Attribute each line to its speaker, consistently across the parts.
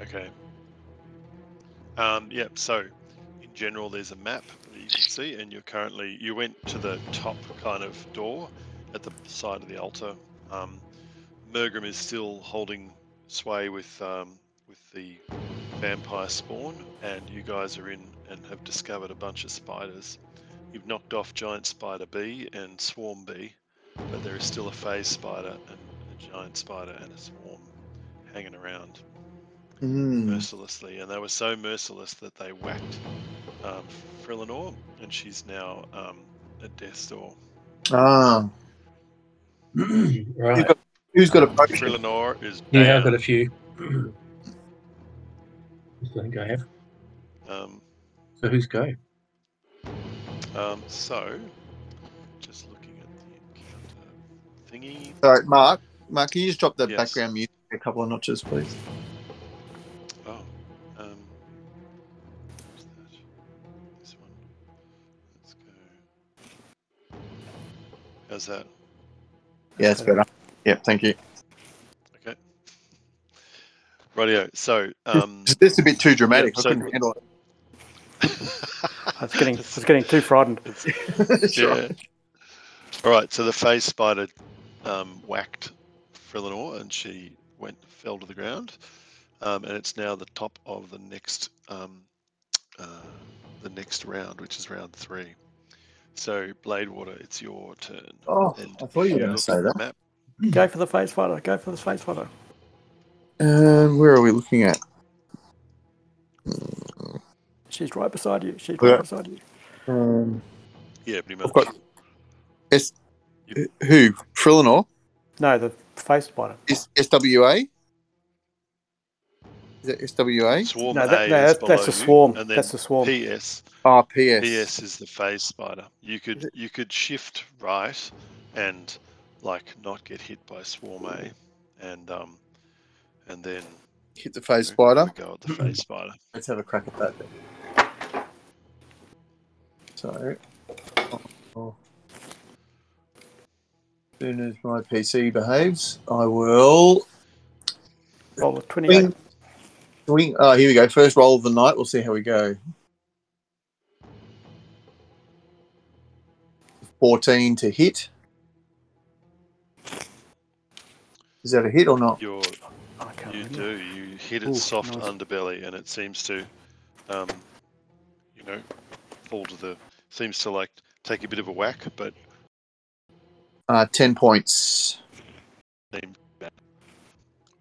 Speaker 1: Okay. Um, yeah, so in general, there's a map that you can see, and you're currently, you went to the top kind of door at the side of the altar. Um, Mergrim is still holding sway with, um, with the vampire spawn, and you guys are in and have discovered a bunch of spiders. You've knocked off giant spider bee and swarm bee, but there is still a phase spider and a giant spider and a swarm hanging around
Speaker 2: Mm.
Speaker 1: mercilessly, and they were so merciless that they whacked um, Frillinor, and she's now um, at death's door.
Speaker 2: Ah,
Speaker 3: right.
Speaker 2: who's got a potion?
Speaker 1: Frillinor is
Speaker 3: Yeah,
Speaker 1: down.
Speaker 3: I've got a few. I think I have.
Speaker 1: um,
Speaker 3: So who's go?
Speaker 1: um, so, just looking at the encounter thingy.
Speaker 2: Sorry, Mark. Mark, can you just drop the
Speaker 1: Yes.
Speaker 2: background music a couple of notches, please?
Speaker 1: Oh, um, what's that? This one. Let's go. How's that?
Speaker 2: Yeah, it's better. Yep, thank you.
Speaker 1: Okay. Radio. So, um,
Speaker 2: This is a bit too dramatic.
Speaker 1: Yeah,
Speaker 2: I
Speaker 1: so-
Speaker 2: couldn't handle it.
Speaker 4: I was getting, I was getting too frightened.
Speaker 2: It's all
Speaker 1: Yeah.
Speaker 2: right.
Speaker 1: All right. So the phase spider um, whacked Frillinor, and she went fell to the ground, um, and it's now the top of the next um, uh, the next round, which is round three. So Bladewater, it's your turn.
Speaker 2: Oh,
Speaker 1: And
Speaker 2: I thought you were
Speaker 1: if
Speaker 2: going to
Speaker 1: look
Speaker 2: say
Speaker 1: at the
Speaker 2: that.
Speaker 1: Map,
Speaker 4: Go for the face fighter. Go for the face fighter.
Speaker 2: Um, where are we looking at?
Speaker 4: She's right beside you. She's
Speaker 2: Yeah.
Speaker 4: right beside you.
Speaker 2: Um,
Speaker 1: yeah, pretty much.
Speaker 2: I've got. S- who? Frillinor?
Speaker 4: No, the face spider.
Speaker 2: S- SWA? Is that SWA?
Speaker 1: Swarm
Speaker 4: no, that,
Speaker 1: A
Speaker 4: no,
Speaker 1: is
Speaker 4: that's,
Speaker 1: below
Speaker 4: that's a swarm.
Speaker 1: You, and then
Speaker 4: That's a swarm.
Speaker 1: PS.
Speaker 2: Oh, PS.
Speaker 1: PS is the phase spider. You could you could shift right and like not get hit by swarm A, and um and then
Speaker 2: Hit the phase
Speaker 1: have a
Speaker 2: spider.
Speaker 1: go at the phase spider.
Speaker 2: Let's have a crack at that. Then. So, oh. as soon as my PC behaves, I will
Speaker 4: Roll a 28.
Speaker 2: swing. swing. Oh, here we go. First roll of the night. We'll see how we go. 14 to hit. Is that a hit or not?
Speaker 1: Your
Speaker 4: Oh, I can't
Speaker 1: you do
Speaker 4: remember.
Speaker 1: you hit its
Speaker 4: Ooh,
Speaker 1: soft
Speaker 4: nice.
Speaker 1: underbelly, and it seems to um you know fall to the seems to like take a bit of a whack, but
Speaker 2: Uh, 10 points.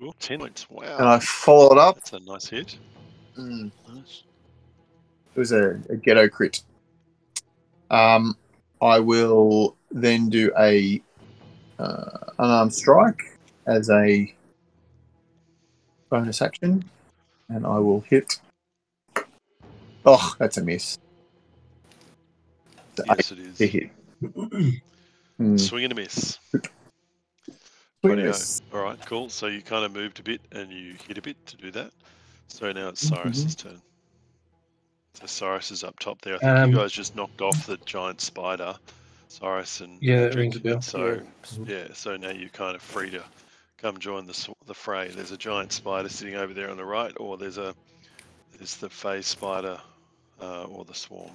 Speaker 1: ooh, ten points. Wow,
Speaker 2: And I follow it up.
Speaker 1: that's a nice hit.
Speaker 2: Mm.
Speaker 1: Nice.
Speaker 2: It was a, a ghetto crit. Um, I will then do a uh, unarmed strike as a bonus action, and I will hit. Oh, that's a miss. The
Speaker 1: Yes, it
Speaker 2: eight
Speaker 1: is.
Speaker 2: hit. Hmm,
Speaker 1: Swing and a miss.
Speaker 2: swing
Speaker 1: Radio.
Speaker 2: miss.
Speaker 1: All right, cool. So you kind of moved a bit and you hit a bit to do that. So now it's
Speaker 3: Mm-hmm.
Speaker 1: Cyrus's turn. So Cyrus is up top there. I think
Speaker 3: Um,
Speaker 1: you guys just knocked off the giant spider, Cyrus and
Speaker 3: Yeah, that
Speaker 1: Patrick.
Speaker 3: rings a bell.
Speaker 1: So
Speaker 4: Yeah.
Speaker 1: yeah, so now you're kind of free to come join the s- the fray. There's a giant spider sitting over there on the right, or there's a there's the phase spider uh, or the swarm.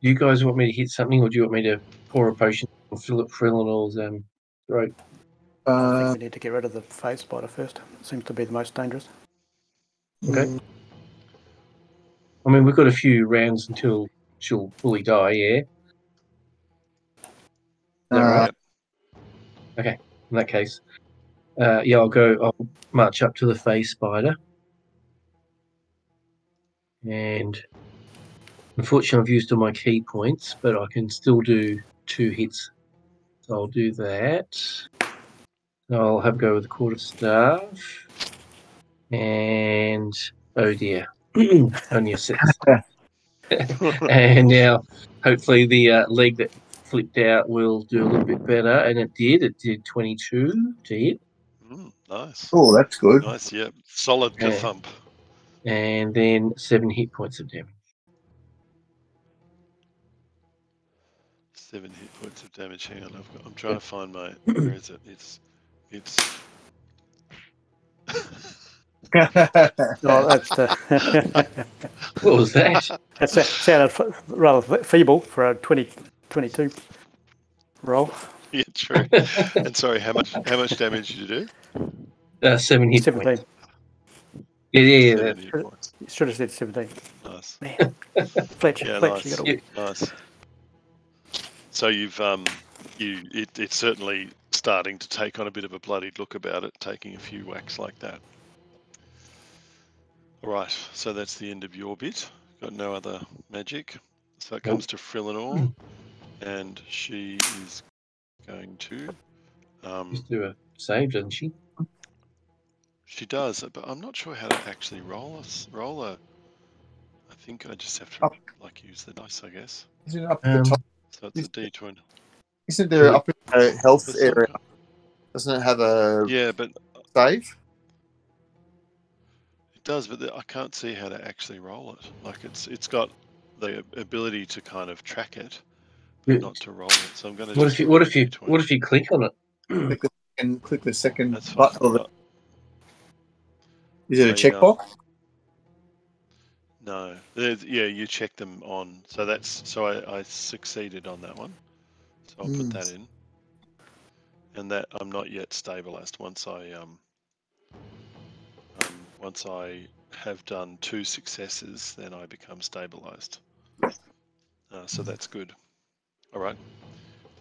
Speaker 3: You guys want me to hit something, or do you want me to pour a potion or fill it Frillinor's um throat?
Speaker 4: I
Speaker 2: Uh,
Speaker 4: think we need to get rid of the face spider first. Seems to be the most dangerous.
Speaker 2: hmm.
Speaker 3: Okay. I mean, we've got a few rounds until she'll fully die. Yeah.
Speaker 2: uh,
Speaker 1: Alright.
Speaker 3: In that case, uh, yeah, I'll go. I'll march up to the face spider, and unfortunately, I've used all my key points, but I can still do two hits. So I'll do that. I'll have a go with the quarter staff, and oh dear, only a six. and now, hopefully, the uh, leg that flipped out will do a little bit better, and it did. It did twenty-two to hit.
Speaker 1: Mm, nice,
Speaker 2: oh, that's good.
Speaker 1: nice. Yeah, solid
Speaker 3: Yeah.
Speaker 1: thump.
Speaker 3: and then seven hit points of damage.
Speaker 1: Seven hit points of damage. Hang on, I've got, I'm trying to find my. Where is it? It's. It's.
Speaker 4: Oh, that's the,
Speaker 3: What was that?
Speaker 4: that sa- sounded f- rather f- feeble for a 20, 22 roll.
Speaker 1: yeah, true. and sorry, how much how much damage did you do?
Speaker 3: Uh, seven hit points.
Speaker 4: 17.
Speaker 3: Yeah, yeah, yeah.
Speaker 1: Seven hit points.
Speaker 4: You should have said 17.
Speaker 1: Nice,
Speaker 4: Man. Fletcher,
Speaker 1: Yeah,
Speaker 4: Fletcher, you
Speaker 1: nice.
Speaker 4: got
Speaker 3: Yeah.
Speaker 4: a
Speaker 1: nice. So you've um you it, it's certainly starting to take on a bit of a bloodied look about it, taking a few whacks like that. All right, so that's the end of your bit. Got no other magic. So it comes to Frillinor, and she is going to um,
Speaker 3: Just do a save, doesn't she?
Speaker 1: She does, but I'm not sure how to actually roll a s- roll a. I think I just have to
Speaker 2: Up.
Speaker 1: like use the dice, I guess.
Speaker 2: Isn't it up at
Speaker 3: Um,
Speaker 2: the top?
Speaker 1: So it's a D20.
Speaker 2: Isn't there up in the health area? Doesn't it have a
Speaker 1: Yeah, but
Speaker 2: save?
Speaker 1: it does, but the, I can't see how to actually roll it. Like it's it's got the ability to kind of track it, but
Speaker 3: Yeah.
Speaker 1: not to roll it. So I'm gonna.
Speaker 3: What
Speaker 1: just
Speaker 3: if you
Speaker 1: roll
Speaker 3: what
Speaker 1: a
Speaker 3: if you
Speaker 1: D20.
Speaker 3: what if you click on it?
Speaker 2: And click the second
Speaker 1: That's fine.
Speaker 2: button.
Speaker 1: Uh,
Speaker 2: Is it a
Speaker 1: so, yeah.
Speaker 2: checkbox?
Speaker 1: No, There's, yeah, you check them on. So that's so I, I succeeded on that one. So I'll put
Speaker 2: Mm.
Speaker 1: that in. And that I'm not yet stabilized. Once I um, um once I have done two successes, then I become stabilized. Uh, so that's good. All right.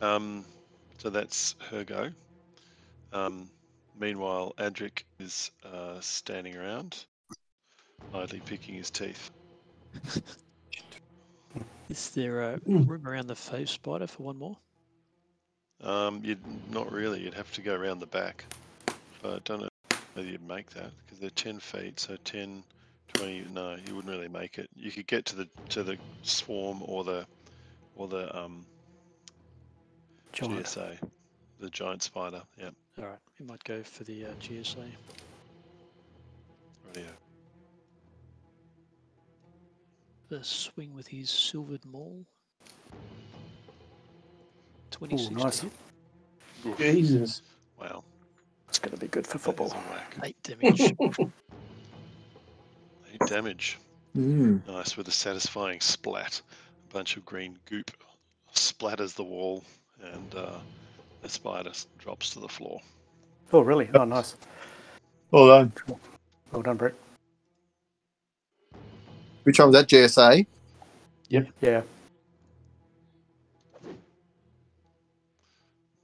Speaker 1: Um, so that's her go. Um, meanwhile, Adric is uh, standing around, idly picking his teeth.
Speaker 5: Is there uh,
Speaker 4: Hmm.
Speaker 3: Mm.
Speaker 5: room around the faux spider for one more?
Speaker 1: Um, you'd not really. You'd have to go around the back. But I don't know whether you'd make that because they're ten feet, so 10, 20, No, you wouldn't really make it. You could get to the to the swarm or the or the um
Speaker 5: Giant.
Speaker 1: GSA, the giant spider. Yeah,
Speaker 5: All right, we might go for the uh, GSA.
Speaker 1: radio.
Speaker 5: The swing with his silvered maul.
Speaker 4: Ooh,
Speaker 5: 26
Speaker 4: nice.
Speaker 5: to hit,
Speaker 3: Jesus.
Speaker 1: Wow,
Speaker 4: It's going to be good for
Speaker 1: that is
Speaker 4: football.
Speaker 1: a whack.
Speaker 5: 8 damage.
Speaker 1: Eight damage.
Speaker 2: Mm.
Speaker 1: Nice with a satisfying splat. A bunch of green goop splatters the wall, and uh, the spider s- drops to the floor.
Speaker 4: Oh, really? Oh, nice.
Speaker 2: Well done.
Speaker 4: Well done, Brett.
Speaker 2: Which one was that? JSA?
Speaker 4: Yeah.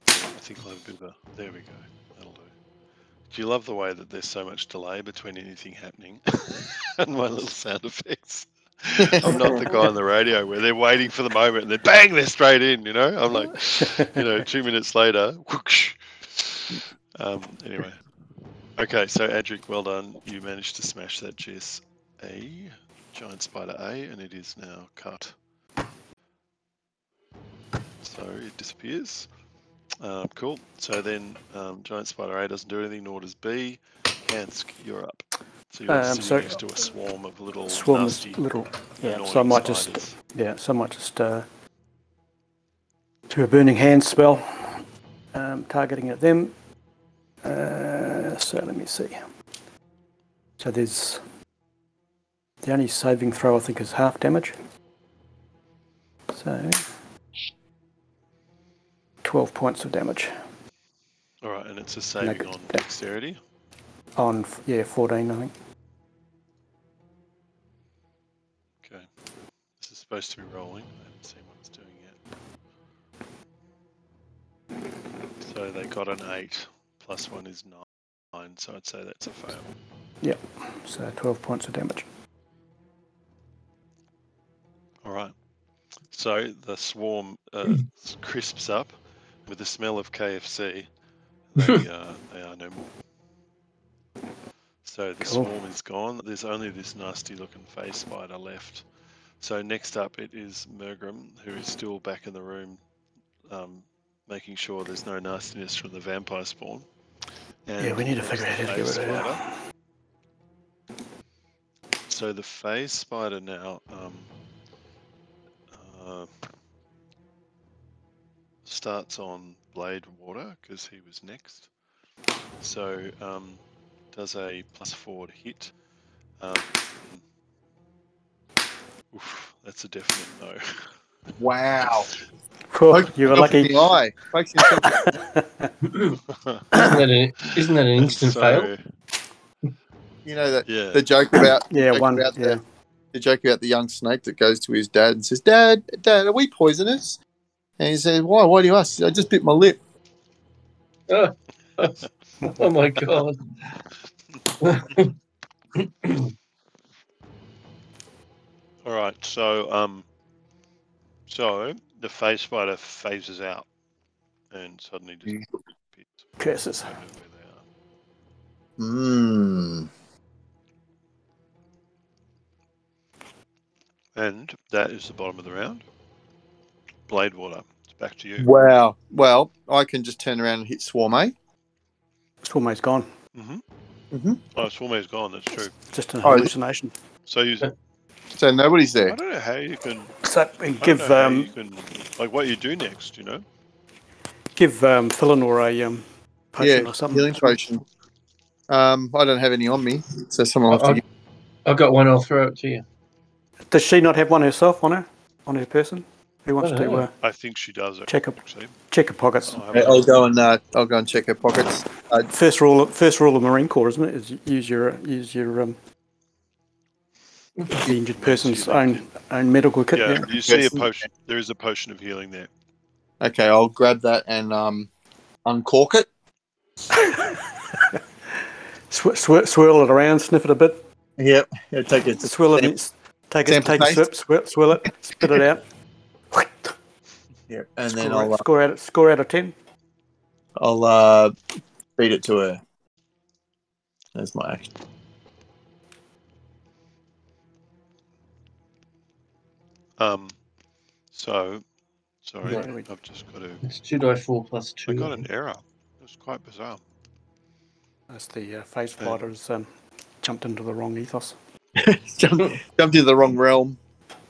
Speaker 1: I think I'll have a bit of a. There we go. That'll do. Do you love the way that there's so much delay between anything happening and my little sound effects? I'm not the guy on the radio where they're waiting for the moment and then bang, they're straight in. You know, I'm like, you know, two minutes later. Whoosh. Um. Anyway. Okay, so Adric, well done. You managed to smash that GSA, giant spider A, and it is now cut. So it disappears. Um, cool. So then, um, giant spider A doesn't do anything, nor does B. Hansk, you're up. So you're
Speaker 4: Um,
Speaker 1: sitting
Speaker 4: so-
Speaker 1: next to a swarm of little
Speaker 4: Swarms
Speaker 1: nasty,
Speaker 4: little. Yeah,
Speaker 1: annoying
Speaker 4: so I might just.
Speaker 1: spiders.
Speaker 4: Yeah, so I might just uh, do a burning hand spell, um, targeting at them. Uh, so let me see. So there's the only saving throw I think is half damage. So twelve points of damage
Speaker 1: All right, and it's a saving
Speaker 4: good.
Speaker 1: on dexterity.
Speaker 4: on f- yeah fourteen I think.
Speaker 1: Okay. This is supposed to be rolling. I haven't seen what it's doing yet. So they got an 8, plus 1 is 9, so I'd say that's a fail.
Speaker 4: So twelve points of damage.
Speaker 1: Alright. So the swarm uh, s- crisps up with the smell of KFC. They, uh, they are no more. So the
Speaker 4: Cool.
Speaker 1: swarm is gone. There's only this nasty looking face spider left. So next up, it is Mergrim, who is still back in the room, um, making sure there's no nastiness from the vampire spawn.
Speaker 4: Yeah, we need to figure out how to
Speaker 1: face
Speaker 4: get rid of it.
Speaker 1: spider. So the phase spider now um, uh, starts on Blade Water because he was next. So um, does a plus four to hit. Um, oof, that's a definite no.
Speaker 2: Wow.
Speaker 4: Phew, you were
Speaker 2: Pokes yourself in
Speaker 4: lucky.
Speaker 2: The eye. Pokes yourself in
Speaker 3: Isn't that an, isn't that an instant
Speaker 1: So,
Speaker 3: fail?
Speaker 2: the- you know that
Speaker 1: Yeah.
Speaker 2: the joke about
Speaker 4: yeah,
Speaker 2: joke
Speaker 4: one.
Speaker 2: about
Speaker 4: Yeah.
Speaker 2: The, the joke about the young snake that goes to his dad and says, "Dad, Dad, are we poisonous?" And he says, "Why? Why do you ask?" He said, I just bit my lip.
Speaker 3: Oh my god.
Speaker 1: All right, so um, so the face spider phases out, and suddenly just
Speaker 2: Mm.
Speaker 1: disappears.
Speaker 4: Curses.
Speaker 1: Don't know where they are.
Speaker 2: Hmm.
Speaker 1: And that is the bottom of the round. Blade water. It's back to you.
Speaker 2: Wow. Well, I can just turn around and hit Swarm eh? A.
Speaker 4: Stormway's gone.
Speaker 2: Mm-hmm.
Speaker 1: Oh, Swarme's gone. That's true.
Speaker 4: Just an
Speaker 2: Oh, is-
Speaker 4: hallucination.
Speaker 1: So you,
Speaker 2: So nobody's
Speaker 1: I
Speaker 2: there.
Speaker 1: don't know how you can
Speaker 4: So we
Speaker 1: I don't
Speaker 4: give
Speaker 1: know how you
Speaker 4: um,
Speaker 1: can like what you do next. You know.
Speaker 4: give um, Philanor a um, potion
Speaker 2: yeah,
Speaker 4: or something.
Speaker 2: healing potion. Um, I don't have any on me, so someone will have to
Speaker 3: Okay. I've got one, I'll throw it to you.
Speaker 4: Does she not have one herself on her, on her person? Who wants
Speaker 3: don't
Speaker 4: to
Speaker 3: know.
Speaker 4: uh,
Speaker 1: I think she does it.
Speaker 4: check her
Speaker 1: Actually.
Speaker 4: check her pockets?
Speaker 1: I
Speaker 2: give-
Speaker 1: haven't-
Speaker 2: I'll go and uh, I'll go and check her pockets.
Speaker 4: First rule, of- first rule of Marine Corps, isn't it? Is use your use your um, the injured person's own own medical kit.
Speaker 1: yeah,
Speaker 4: Yeah.
Speaker 1: you see a
Speaker 2: Yes.
Speaker 1: potion. There is a potion of healing there.
Speaker 2: Okay, I'll grab that and um, uncork it.
Speaker 4: Sw- swir- swirl it around, sniff it a bit,
Speaker 2: Yep. Yeah, take it.
Speaker 4: swirl it, and take a
Speaker 2: sample
Speaker 4: take a
Speaker 2: taste.
Speaker 4: sip, swirl, swirl it, spit it out.
Speaker 2: Yep. And then
Speaker 4: Score,
Speaker 2: I'll uh,
Speaker 4: it- score out of- score out of ten.
Speaker 2: I'll uh, feed it to her. That's my action.
Speaker 1: Um, so sorry,
Speaker 3: Yeah.
Speaker 1: I've just got to.
Speaker 3: It's 2d4 plus
Speaker 1: I
Speaker 3: 2.
Speaker 1: got an error. It was quite bizarre.
Speaker 4: That's the uh, face fighters um, jumped into the wrong ethos.
Speaker 2: jumped, jumped into the wrong realm.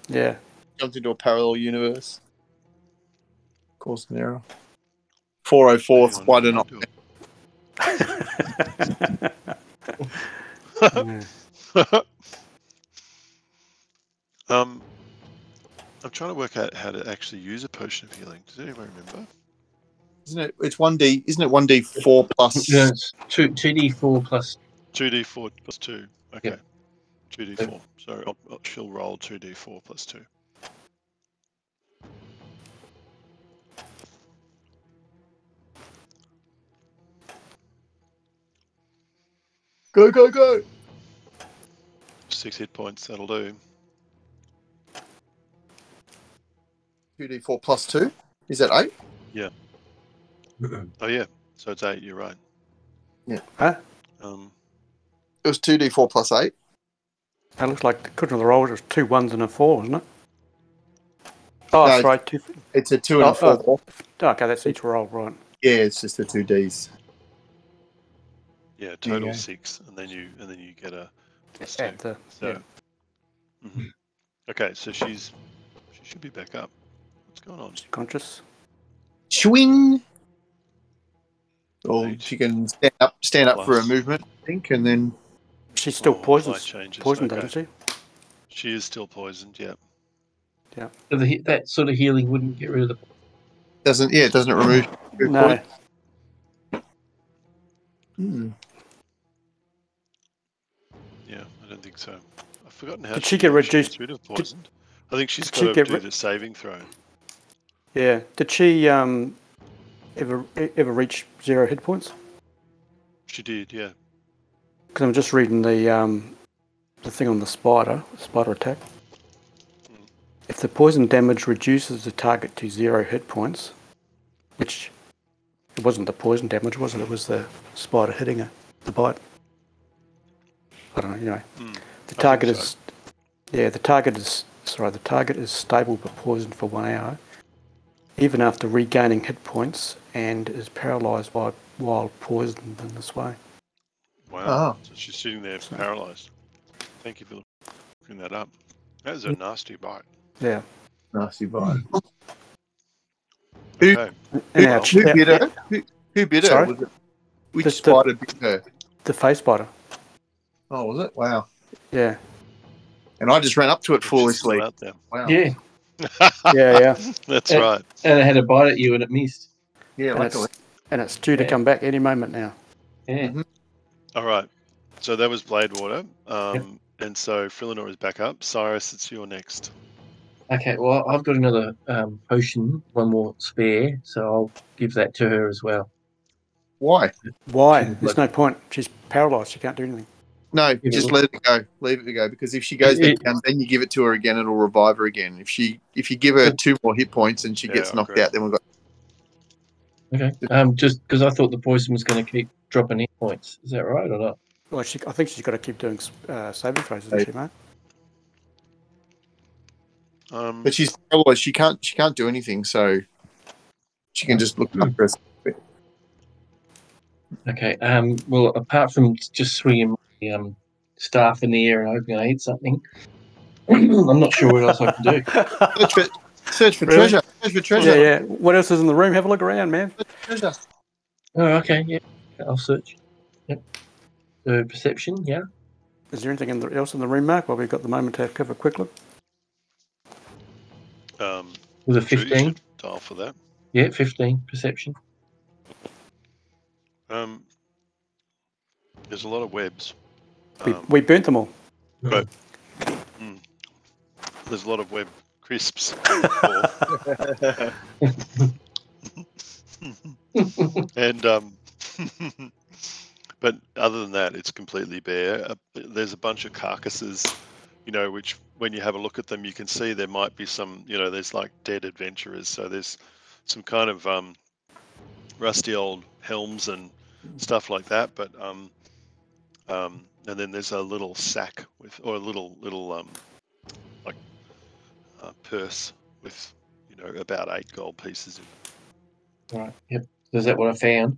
Speaker 4: Yeah,
Speaker 2: Jumped into a parallel universe. Caused an error. 404
Speaker 1: Hang on,
Speaker 2: spider
Speaker 1: I'll
Speaker 2: not.
Speaker 1: do
Speaker 4: yeah.
Speaker 1: it. um, I'm trying to work out how to actually use a potion of healing. Does anyone remember?
Speaker 2: Isn't it? It's 1D. Isn't it 1D4 plus?
Speaker 3: No, it's 2, 2d4 plus.
Speaker 1: Two D four plus two. Okay.
Speaker 3: Yeah.
Speaker 1: Two D four. Sorry, I'll, I'll- she'll roll two D four plus two.
Speaker 2: Go, go, go.
Speaker 1: Six hit points. That'll do.
Speaker 2: 2D4 plus 2. Is that 8?
Speaker 1: Oh yeah. So it's eight. You're right.
Speaker 2: Yeah.
Speaker 4: Huh?
Speaker 1: Um.
Speaker 2: It was 2D4 plus 8.
Speaker 4: that looks like couldn't have rolled. It was two ones and a four, wasn't it? Oh, that's
Speaker 2: No.
Speaker 4: right. Two,
Speaker 2: It's a 2 and
Speaker 4: Oh,
Speaker 2: a 4.
Speaker 4: oh, okay, that's each roll, right?
Speaker 2: Yeah, it's just the 2Ds.
Speaker 1: Yeah. Total
Speaker 2: go.
Speaker 1: six, and then you and then you get a plus two.
Speaker 4: At the,
Speaker 1: So. Mhm. Okay. So she's she should be back up. What's going on?
Speaker 4: conscious.
Speaker 2: Swing. Or
Speaker 1: Eight.
Speaker 2: Oh, she can stand up, stand up for her
Speaker 1: Plus.
Speaker 2: movement, I think, and then
Speaker 4: She's still
Speaker 1: Oh, light
Speaker 4: poisoned.
Speaker 1: changes.
Speaker 4: Poisoned,
Speaker 1: Okay.
Speaker 4: doesn't
Speaker 1: She is still poisoned. Yeah.
Speaker 3: So the, he- that sort of healing wouldn't get rid of the.
Speaker 2: doesn't. Yeah, it doesn't remove.
Speaker 4: she? No.
Speaker 2: Hmm.
Speaker 1: Yeah. I don't think so. I've forgotten how.
Speaker 4: Did she get
Speaker 1: actually
Speaker 4: reduced-
Speaker 1: gets rid of poisoned? I think she's
Speaker 4: did
Speaker 1: got
Speaker 4: she
Speaker 1: to
Speaker 4: get
Speaker 1: do
Speaker 4: re-
Speaker 1: the saving throw.
Speaker 4: Yeah. Did she um, ever e- ever reach zero hit points?
Speaker 1: She did. Yeah.
Speaker 4: Because I'm just reading the um, the thing on the spider spider attack. If the poison damage reduces the target to zero hit points, which it wasn't the poison damage, was it? It was the spider hitting her, the bite. I don't know. Anyway,
Speaker 1: Mm,
Speaker 4: the
Speaker 1: think
Speaker 4: target
Speaker 1: so.
Speaker 4: is yeah. The target is sorry. The target is stable but poisoned for one hour, even after regaining hit points, and is paralysed by while poisoned in this way.
Speaker 1: Wow.
Speaker 2: Oh.
Speaker 1: So she's sitting there
Speaker 4: So-
Speaker 1: paralyzed. Thank you for looking that up. That is a nasty bite.
Speaker 4: Yeah.
Speaker 2: Nasty vibe. Who-
Speaker 1: Okay.
Speaker 4: And
Speaker 2: Who,
Speaker 4: our,
Speaker 2: who
Speaker 4: our-
Speaker 2: bit her? Who, who bit her?
Speaker 4: Sorry?
Speaker 2: Was it, which
Speaker 4: The- the-
Speaker 2: spider bit her?
Speaker 4: the face biter.
Speaker 2: Oh, was it? Wow.
Speaker 4: Yeah,
Speaker 2: And I just ran up to it
Speaker 1: It's still
Speaker 2: foolishly.
Speaker 1: out there.
Speaker 2: Wow.
Speaker 3: Yeah,
Speaker 4: yeah, yeah.
Speaker 1: That's
Speaker 3: Eh.
Speaker 1: right.
Speaker 3: and it had a bite at you and it missed.
Speaker 2: Yeah,
Speaker 4: and, it's,
Speaker 2: luckily.
Speaker 4: and it's due to
Speaker 3: Yeah.
Speaker 4: come back any moment now.
Speaker 3: Yeah.
Speaker 1: All right. So that was Blade Water. Um, And so Frillinor is back up. Cyrus, it's your next.
Speaker 3: Okay. Well, I've got another um, potion, one more spare, so I'll give that to her as well.
Speaker 2: Why?
Speaker 4: Why?
Speaker 3: She's
Speaker 4: There's no point. She's paralysed. She can't do anything.
Speaker 2: No,
Speaker 3: Yeah,
Speaker 2: just
Speaker 3: well-
Speaker 2: let it go. Leave it to go because if she goes
Speaker 3: It-
Speaker 2: down, then you give it to her again, it'll revive her again. If she if you give her two more hit points and she
Speaker 1: Yeah,
Speaker 2: gets knocked
Speaker 1: okay.
Speaker 2: out, then we've got
Speaker 3: Okay. Um, just because I thought the poison was going to keep dropping hit points. Is that right or not?
Speaker 4: Well, she, I think she's got to keep doing uh, saving throws, isn't
Speaker 2: Hey.
Speaker 4: she, mate?
Speaker 1: Um,
Speaker 2: but she's paralyzed. She can't she can't do anything, so she can just look after us.
Speaker 3: Okay. Um, well, apart from just swinging my um, staff in the air and hoping I hit something, I'm not sure what else I can do.
Speaker 2: Search for, search for
Speaker 4: Really?
Speaker 2: treasure. Search for treasure.
Speaker 4: yeah, yeah. What else is in the room? Have a look around, man.
Speaker 2: treasure.
Speaker 3: Oh, okay. Yeah. I'll search. Yep. So perception. Yeah.
Speaker 4: Is there anything in the, else in the room, Mark? While we've got the moment to have a quick look.
Speaker 1: um,
Speaker 3: With a
Speaker 1: Drew, you should
Speaker 3: 15.
Speaker 1: Dial for that.
Speaker 3: Yeah, 15 perception.
Speaker 1: Um, there's a lot of webs.
Speaker 4: We,
Speaker 1: Um,
Speaker 4: we burnt them all.
Speaker 1: there's a lot of web crisps. on the floor. and um, but other than that, it's completely bare. Uh, there's a bunch of carcasses, you know, which when you have a look at them, you can see there might be some, you know, there's like dead adventurers. So there's some kind of um, rusty old helms and stuff like that. But um, um, and then there's a little sack with, or a little little um, uh, purse with you know about eight gold pieces in it.
Speaker 3: All right. Yep. Is that what I found?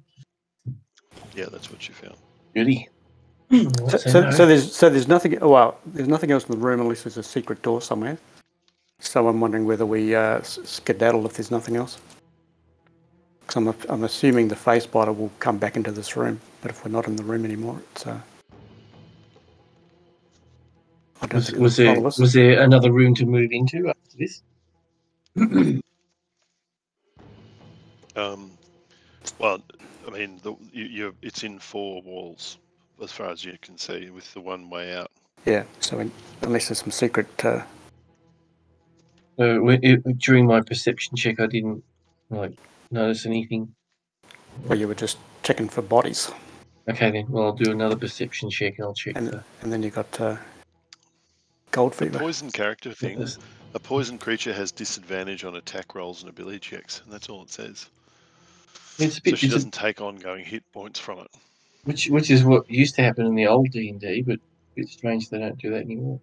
Speaker 1: Yeah, that's what you found.
Speaker 3: Goody.
Speaker 4: So, so, so there's so there's nothing. oh, Well, there's nothing else in the room unless there's a secret door somewhere. So I'm wondering whether we uh, s- skedaddle if there's nothing else. Because I'm, I'm assuming the face biter will come back into this room, but if we're not in the room anymore, it's. Uh, I don't
Speaker 3: was,
Speaker 4: think
Speaker 3: was
Speaker 4: it'll
Speaker 3: there
Speaker 4: follow us.
Speaker 3: was there another room to move into after this?
Speaker 1: Um, well, I mean, the, you, you it's in four walls as far as you can see, with the one way out.
Speaker 4: Yeah. So in, unless there's some secret. Uh,
Speaker 3: So w- Uh, it, during my perception check, I didn't like notice anything.
Speaker 4: Well, you were just checking for bodies,
Speaker 3: Okay, then. Well, I'll do another perception check. and I'll check.
Speaker 4: And-
Speaker 3: the-
Speaker 4: and then you got uh, gold
Speaker 1: The
Speaker 4: fever.
Speaker 1: poison character thing:
Speaker 3: this-
Speaker 1: a poison creature has disadvantage on attack rolls and ability checks, and that's all it says.
Speaker 3: It's a
Speaker 1: So
Speaker 3: bit,
Speaker 1: she
Speaker 3: dis-
Speaker 1: doesn't take ongoing hit points from it.
Speaker 3: which which is what used to happen in the old D and D, but a bit strange they don't do that anymore.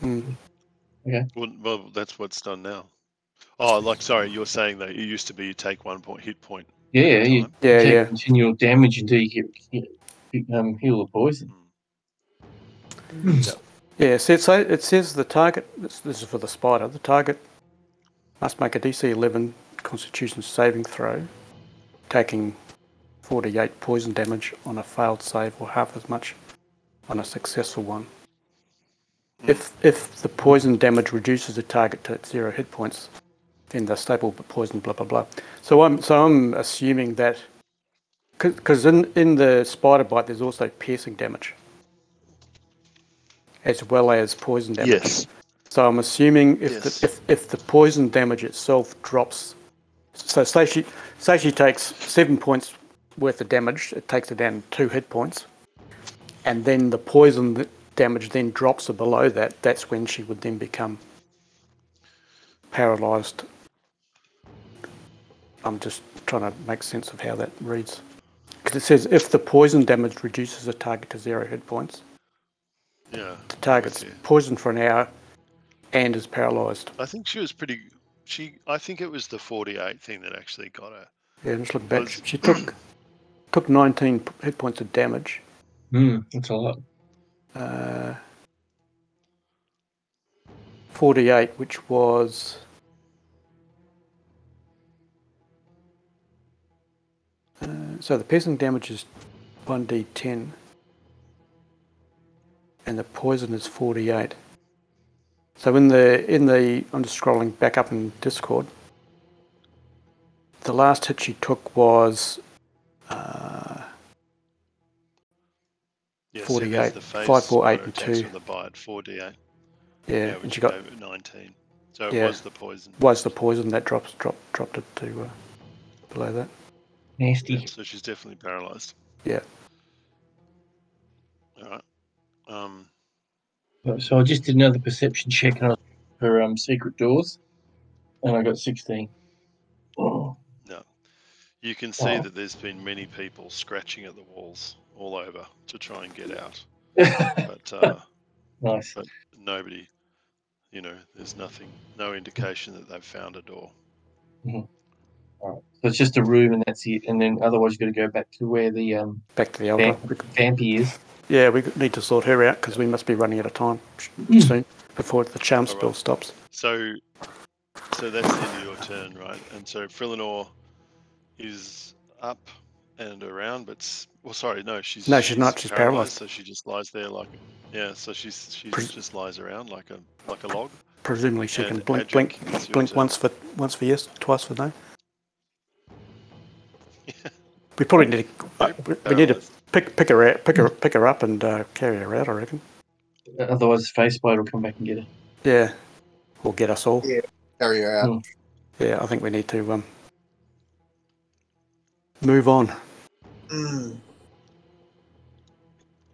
Speaker 4: Mm.
Speaker 1: Well, well, that's what's done now. Oh, like sorry, you're saying that it used to be you take one point hit point. at
Speaker 3: Yeah,
Speaker 1: a
Speaker 3: you
Speaker 1: time.
Speaker 4: Yeah,
Speaker 3: take
Speaker 4: yeah.
Speaker 3: continual damage until you get, get um, heal the poison.
Speaker 1: Mm.
Speaker 4: Yeah, so so it says the target, this, this is for the spider, the target must make a DC 11 constitution saving throw, taking 48 poison damage on a failed save or half as much on a successful one. If, if the poison damage reduces the target to zero hit points, then they're stable but poison, blah, blah, blah. So I'm, so I'm assuming that, because in, in the spider bite, there's also piercing damage as well as poison damage.
Speaker 1: Yes.
Speaker 4: So I'm assuming if,
Speaker 1: Yes.
Speaker 4: the, if if the poison damage itself drops, so say she say she takes seven points worth of damage, it takes her down two hit points, and then the poison th- damage then drops her below that. That's when she would then become paralyzed. I'm just trying to make sense of how that reads. Because it says if the poison damage reduces a target to zero hit points,
Speaker 1: Yeah.
Speaker 4: the target's
Speaker 1: you.
Speaker 4: poisoned for an hour and is paralyzed.
Speaker 1: I think she was pretty. She, I think it was the forty-eight thing that actually got her.
Speaker 4: Yeah, just look back.
Speaker 1: Was-
Speaker 4: She, she took took 19 p- hit points of damage.
Speaker 1: Hmm,
Speaker 3: Mm, that's a lot.
Speaker 4: Uh, 48, which was. Uh, so the piercing damage is 1d10. and the poison is 48. So in the in the I'm just scrolling back up in Discord. The last hit she took was uh,
Speaker 1: Yes,
Speaker 4: 48,
Speaker 1: the face
Speaker 4: five, four,
Speaker 1: where
Speaker 4: eight,
Speaker 1: it
Speaker 4: and
Speaker 1: attacks
Speaker 4: two.
Speaker 1: with the bite, 48.
Speaker 4: yeah, and
Speaker 1: which
Speaker 4: she got
Speaker 1: gave it 19. So it
Speaker 4: Yeah.
Speaker 1: was the poison.
Speaker 4: was the poison that drops dropped dropped it to uh, below that.
Speaker 1: Yeah,
Speaker 3: Nasty.
Speaker 1: so she's definitely paralyzed.
Speaker 4: Yeah.
Speaker 1: All right. Um,
Speaker 3: So I just did another perception check and I for um, secret doors, and I got 16. Oh,
Speaker 1: you can see
Speaker 3: Wow.
Speaker 1: that there's been many people scratching at the walls all over to try and get out, but uh,
Speaker 3: nice.
Speaker 1: nobody, you know, there's nothing, no indication that they've found a door.
Speaker 3: So it's just a room and that's it. And then otherwise, you've got to go back to where the um,
Speaker 4: Back to the
Speaker 3: vamp-
Speaker 4: altar.
Speaker 3: vampy is.
Speaker 4: Yeah, we need to sort her out because we must be running out of time sh-
Speaker 3: Mm.
Speaker 4: soon before the charm
Speaker 1: All right.
Speaker 4: spell stops.
Speaker 1: So, so that's the end of your turn, right? And so Frillinor is up and around, but s- well, sorry, no, she's
Speaker 4: No, she's not, she's paralyzed.
Speaker 1: So she just lies there like, yeah. So she's she
Speaker 4: Pres-
Speaker 1: just lies around like a like a log.
Speaker 4: Presumably she can
Speaker 1: And
Speaker 4: blink,
Speaker 1: Adric,
Speaker 4: blink,
Speaker 1: it's your
Speaker 4: blink
Speaker 1: turn.
Speaker 4: once for once for yes, twice for no.
Speaker 1: Yeah.
Speaker 4: We probably need to uh, we- we need to
Speaker 1: Paralyzed.
Speaker 4: pick pick her out, pick her pick her up and uh, carry her out. I reckon.
Speaker 3: Otherwise, Face Blade will come back and get it.
Speaker 4: Yeah, or get us all.
Speaker 2: Yeah. Carry her out.
Speaker 3: Hmm.
Speaker 4: Yeah, I think we need to um, move on.
Speaker 2: Mm.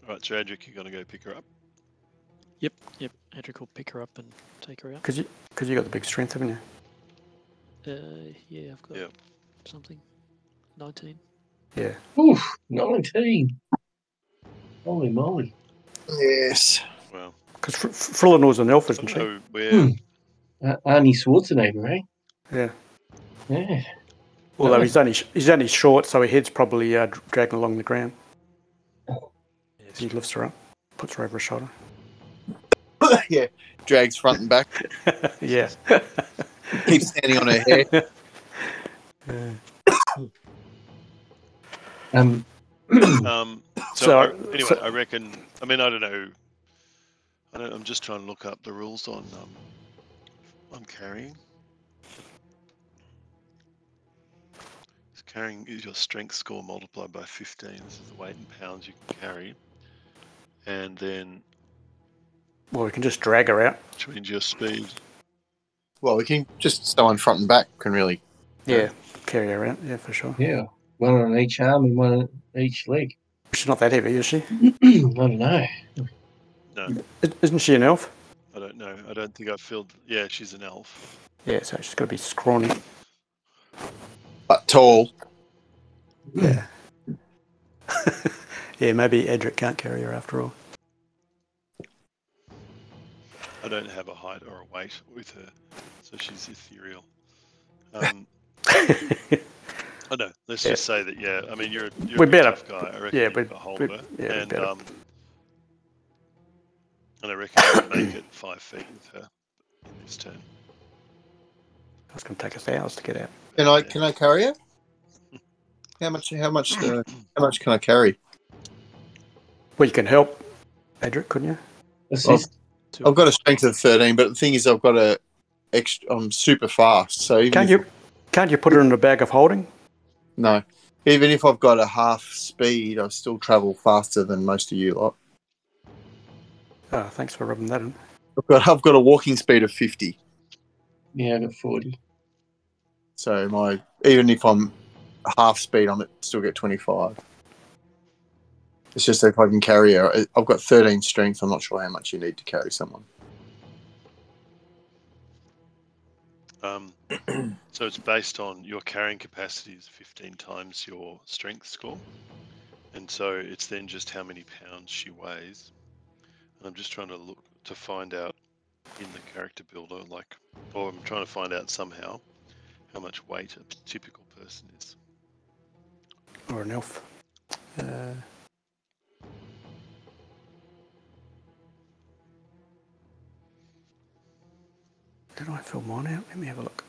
Speaker 1: All right, so Adric, you're gonna go pick her up.
Speaker 5: Yep, yep. Adric will pick her up and take her out.
Speaker 4: Cause you cause you got the big strength, haven't you?
Speaker 5: Uh, yeah, I've got
Speaker 1: Yep.
Speaker 5: something. 19.
Speaker 4: Yeah.
Speaker 3: Oof, 19. Holy moly.
Speaker 2: Yes.
Speaker 1: Well,
Speaker 4: Because Fr- Fr- Frillinor's an elf,
Speaker 1: I
Speaker 4: isn't
Speaker 1: don't
Speaker 4: she?
Speaker 1: know where.
Speaker 3: Hmm. Uh, Arnie Schwarzenegger, eh?
Speaker 4: Yeah.
Speaker 3: Yeah.
Speaker 4: Although he's only sh- he's only short, so her head's probably uh, dr- dragging along the ground. He lifts her up, puts her over his shoulder.
Speaker 2: yeah. Drags front and back.
Speaker 4: yeah.
Speaker 2: Keeps standing on her head.
Speaker 3: Um,
Speaker 1: Um, so,
Speaker 4: So- uh,
Speaker 1: I, anyway,
Speaker 4: so-
Speaker 1: I reckon. I mean, I don't know. I don't, I'm just trying to look up the rules on. Um, I'm carrying. It's carrying is your strength score multiplied by 15. This is the weight in pounds you can carry, and then
Speaker 4: Well, we can just drag her out.
Speaker 1: change your speed.
Speaker 2: Well, we can just someone front and back can really.
Speaker 4: Yeah. Uh, Carry her out. Yeah, for sure.
Speaker 3: yeah. One on each arm and one on each leg.
Speaker 4: She's not that heavy, is she?
Speaker 3: I don't know.
Speaker 1: No,
Speaker 4: I- Isn't she an elf?
Speaker 1: I don't know. I don't think I filled. Yeah, she's an elf.
Speaker 4: Yeah, so she's got to be scrawny.
Speaker 2: But tall.
Speaker 4: Yeah. yeah, maybe Edric can't carry her after all.
Speaker 1: I don't have a height or a weight with her, so she's ethereal. Um, I know. Let's
Speaker 4: Yeah.
Speaker 1: just say that. Yeah, I mean, you're a, you're
Speaker 4: We're
Speaker 1: a big
Speaker 4: better.
Speaker 1: tough guy. I reckon
Speaker 4: Yeah,
Speaker 1: you
Speaker 4: we're-
Speaker 1: can hold
Speaker 4: we're-
Speaker 1: her,
Speaker 4: yeah, we're
Speaker 1: and
Speaker 4: better.
Speaker 1: um, and I reckon you make it five feet with her in this turn.
Speaker 4: It's going to take us hours to get out.
Speaker 2: Can I
Speaker 1: Yeah.
Speaker 2: can I carry her? How much? How much? Uh, how much can I carry?
Speaker 4: Well, you can help Edric, couldn't you?
Speaker 3: Assist.
Speaker 2: I've got a strength of thirteen, but the thing is, I've got a extra. I'm super fast, so even
Speaker 4: Can't
Speaker 2: if,
Speaker 4: you? Can't you put her in a bag of holding?
Speaker 2: no, even if I've got a half speed, I still travel faster than most of you lot.
Speaker 4: Oh, thanks for rubbing that in.
Speaker 2: I've got I've got a walking speed of fifty,
Speaker 3: Yeah, I got 40.
Speaker 2: so my even if I'm half speed, I'm at, still get twenty five. It's just if I can carry her. I- I've got thirteen strength. I'm not sure how much you need to carry someone.
Speaker 1: Um, so it's based on your carrying capacity is 15 times your strength score, and so it's then just how many pounds she weighs. And I'm just trying to look to find out in the character builder, like, or I'm trying to find out somehow how much weight a typical person is.
Speaker 4: Or an elf. Uh, did I fill mine out? Let me have a look.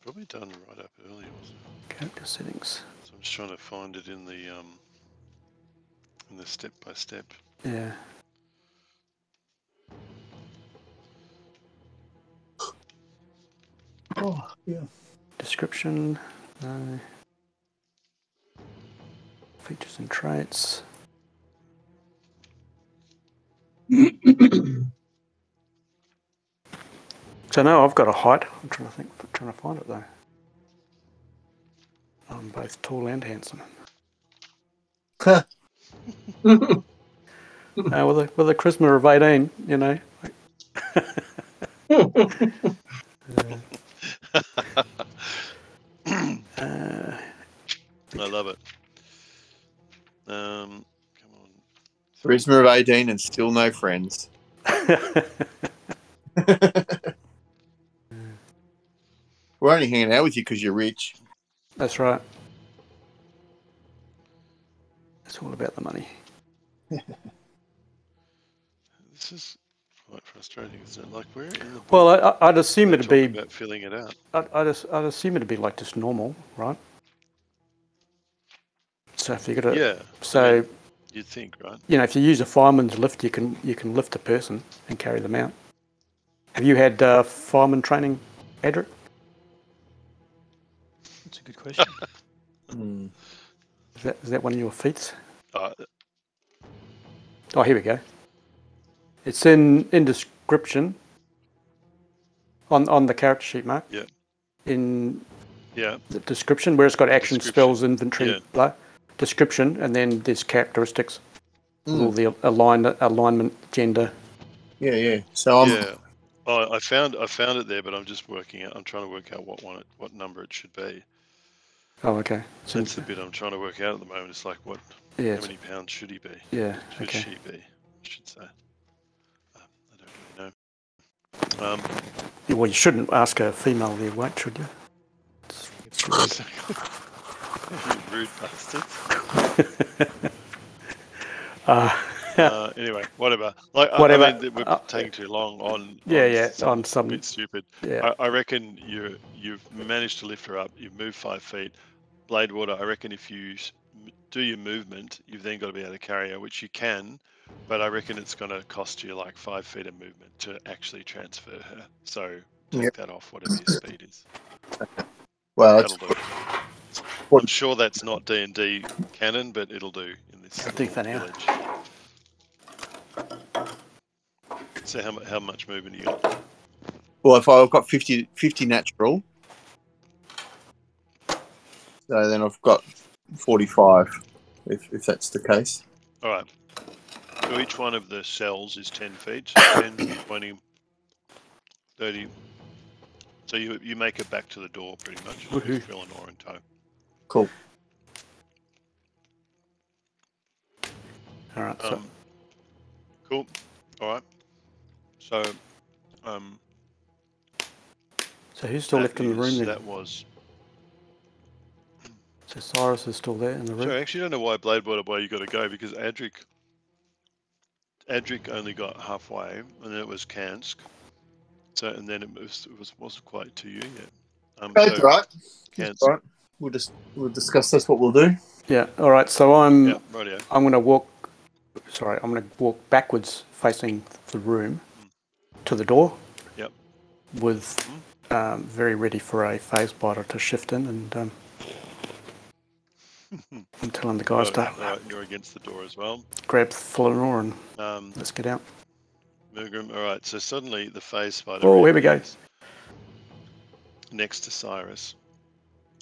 Speaker 1: Probably done right up earlier, wasn't it?
Speaker 4: Character settings.
Speaker 1: So I'm just trying to find it in the um in the step by step.
Speaker 4: Yeah.
Speaker 2: Oh, yeah.
Speaker 4: Description. No. Features and traits. So no, I've got a height. I'm trying to think. I'm trying to find it though. I'm both tall and handsome. Uh, with a with a charisma of eighteen, you know. Uh,
Speaker 1: I love it. Um, come on.
Speaker 2: Charisma of 18 and still no friends. We're only hanging out with you because you're rich.
Speaker 4: that's right. It's all about the money.
Speaker 1: This is quite frustrating, isn't it? Like we're in the
Speaker 4: Well,
Speaker 1: book,
Speaker 4: I, I- I'd assume
Speaker 1: they're
Speaker 4: it'd be.
Speaker 1: talking about filling it out.
Speaker 4: I'd, I'd, as- I'd assume it'd be like just normal, right? So if you got a,
Speaker 1: Yeah,
Speaker 4: so
Speaker 1: you'd think, right?
Speaker 4: you know, if you use a fireman's lift, you can you can lift a person and carry them out. Have you had uh, fireman training, Adric?
Speaker 5: That's a good question.
Speaker 4: Is that is that one of your feats?
Speaker 1: Uh,
Speaker 4: Oh, here we go. It's in in description. On on the character sheet, Mark.
Speaker 1: Yeah.
Speaker 4: In
Speaker 1: yeah,
Speaker 4: the description where it's got action,
Speaker 1: Description.
Speaker 4: spells, inventory,
Speaker 1: Yeah.
Speaker 4: blah, description, and then there's characteristics. with All the align alignment, gender.
Speaker 2: Yeah, yeah. So
Speaker 4: Um,
Speaker 2: I'm
Speaker 1: yeah. Oh, I found I found it there, but I'm just working out. I'm trying to work out what one it, what number it should be.
Speaker 4: Oh, okay. So
Speaker 1: That's the bit I'm trying to work out at the moment. It's like, what?
Speaker 4: yeah,
Speaker 1: How
Speaker 4: it's-
Speaker 1: many pounds should he be?
Speaker 4: yeah.
Speaker 1: Should
Speaker 4: Okay.
Speaker 1: she be? I should say. Um, I don't really know. Um,
Speaker 4: Yeah, Well, you shouldn't ask a female their weight, should you? It's- it's rude.
Speaker 1: you rude bastards.
Speaker 4: uh,
Speaker 1: uh, anyway, whatever. Like, I- I
Speaker 4: Whatever.
Speaker 1: mean, th- we're
Speaker 4: Uh,
Speaker 1: taking too long on.
Speaker 4: yeah,
Speaker 1: on
Speaker 4: yeah.
Speaker 1: something
Speaker 4: On
Speaker 1: a
Speaker 4: some,
Speaker 1: bit stupid.
Speaker 4: yeah.
Speaker 1: I, I reckon you you've managed to lift her up. You've moved five feet. Blade water. I reckon if you s- m- do your movement, you've then got to be able to carry her, which you can. But I reckon it's going to cost you like five feet of movement to actually transfer her. So take
Speaker 2: Yep.
Speaker 1: that off whatever your speed is.
Speaker 2: well. It's,
Speaker 1: That'll do.
Speaker 2: what-
Speaker 1: I'm sure that's not D and D canon, but it'll do in this
Speaker 4: I think
Speaker 1: little
Speaker 4: for now.
Speaker 1: village. So how, mu- how much movement you got?
Speaker 2: well, if I've got 50, 50 natural, so then I've got forty-five. If, if that's the case.
Speaker 1: All right. So each one of the cells is 10 feet. So 10, 20, 30. So you, you make it back to the door pretty much.
Speaker 4: Woohoo.
Speaker 1: Eleanor in tow.
Speaker 2: Cool.
Speaker 4: All right. So
Speaker 1: Um, cool. All right. So um,
Speaker 4: so who's still
Speaker 1: that
Speaker 4: left in the
Speaker 1: is-
Speaker 4: room then?
Speaker 1: that was
Speaker 4: So Cyrus is still there in the room.
Speaker 1: So I actually don't know why Blade Water Boy you got to go because Adric Adric only got halfway and then it was Kansk. So and then it was it was wasn't quite to you yet. Um,
Speaker 2: That's
Speaker 1: so
Speaker 2: right.
Speaker 1: Kansk,
Speaker 2: All right. We'll just we'll discuss. That's what we'll do.
Speaker 4: Yeah. All right. So I'm
Speaker 1: Yeah, radio.
Speaker 4: I'm going to walk. Sorry, I'm going to walk backwards facing the room to the door.
Speaker 1: Yep. Mm-hmm.
Speaker 4: With um, very ready for a phase biter to shift in, and um, I'm telling the guys to
Speaker 1: Alright, you're against the door as well.
Speaker 4: grab Flanor and
Speaker 1: Um,
Speaker 4: let's get out.
Speaker 1: Milgram, all right. So suddenly the phase spider.
Speaker 4: Oh, here we go.
Speaker 1: reappears Next to Cyrus,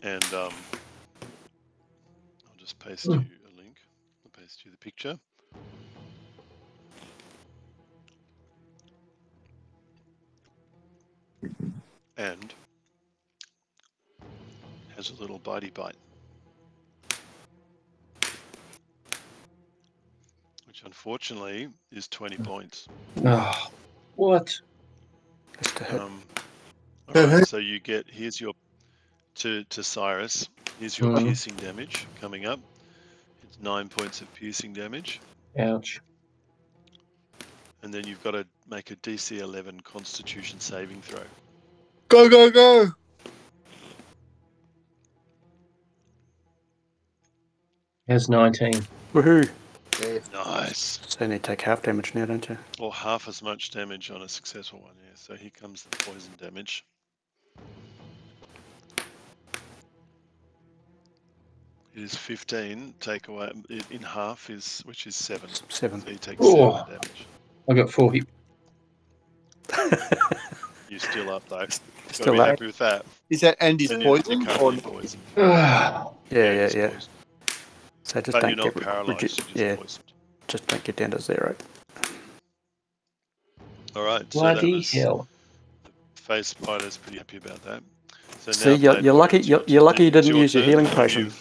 Speaker 1: and um, I'll just paste you a link. I'll paste you the picture. And has a little bitey bite, which unfortunately is twenty points.
Speaker 3: Ah, what?
Speaker 4: Just to hit.
Speaker 1: Um, all
Speaker 2: Go
Speaker 1: right,
Speaker 2: ahead.
Speaker 1: so you get here's your to to Cyrus. Here's your
Speaker 3: Mhm.
Speaker 1: piercing damage coming up. It's nine points of piercing damage,
Speaker 3: Ouch.
Speaker 1: and then you've got to make a DC 11 Constitution saving throw.
Speaker 2: Go go go!
Speaker 3: Has 19.
Speaker 4: Woohoo!
Speaker 2: Yeah.
Speaker 1: Nice.
Speaker 4: So you need to take half damage now, don't you?
Speaker 1: Or half as much damage on a successful one, yeah. So here comes the poison damage. It is 15, take away i- in half is which is 7. So
Speaker 4: Seven.
Speaker 1: you take
Speaker 3: Oh.
Speaker 1: 7 damage.
Speaker 3: I got four hit.
Speaker 1: You're still up though. Still
Speaker 4: Still
Speaker 1: be
Speaker 4: up.
Speaker 1: happy with that.
Speaker 2: Is that Andy's
Speaker 1: And you're-
Speaker 2: poison?
Speaker 1: You're
Speaker 2: Or
Speaker 1: currently poisoned.
Speaker 3: Ah,
Speaker 4: Yeah, yeah,
Speaker 1: it's
Speaker 4: yeah.
Speaker 1: poisoned.
Speaker 4: So just
Speaker 1: But
Speaker 4: don't
Speaker 1: you're not
Speaker 4: get re-
Speaker 1: paralysed.
Speaker 4: reduce-
Speaker 1: you're just
Speaker 4: yeah,
Speaker 1: poisoned.
Speaker 4: just don't get down to zero.
Speaker 1: All right. So that
Speaker 3: Bloody
Speaker 1: was
Speaker 3: hell.
Speaker 1: Face Spider's pretty happy about that. So
Speaker 4: See,
Speaker 1: now
Speaker 4: you're-
Speaker 1: Blade
Speaker 4: you're lucky-
Speaker 1: Spider's your
Speaker 4: you're- you're
Speaker 1: turn.
Speaker 4: lucky you
Speaker 1: It's
Speaker 4: didn't use your
Speaker 1: turn.
Speaker 4: healing potion.
Speaker 1: You've-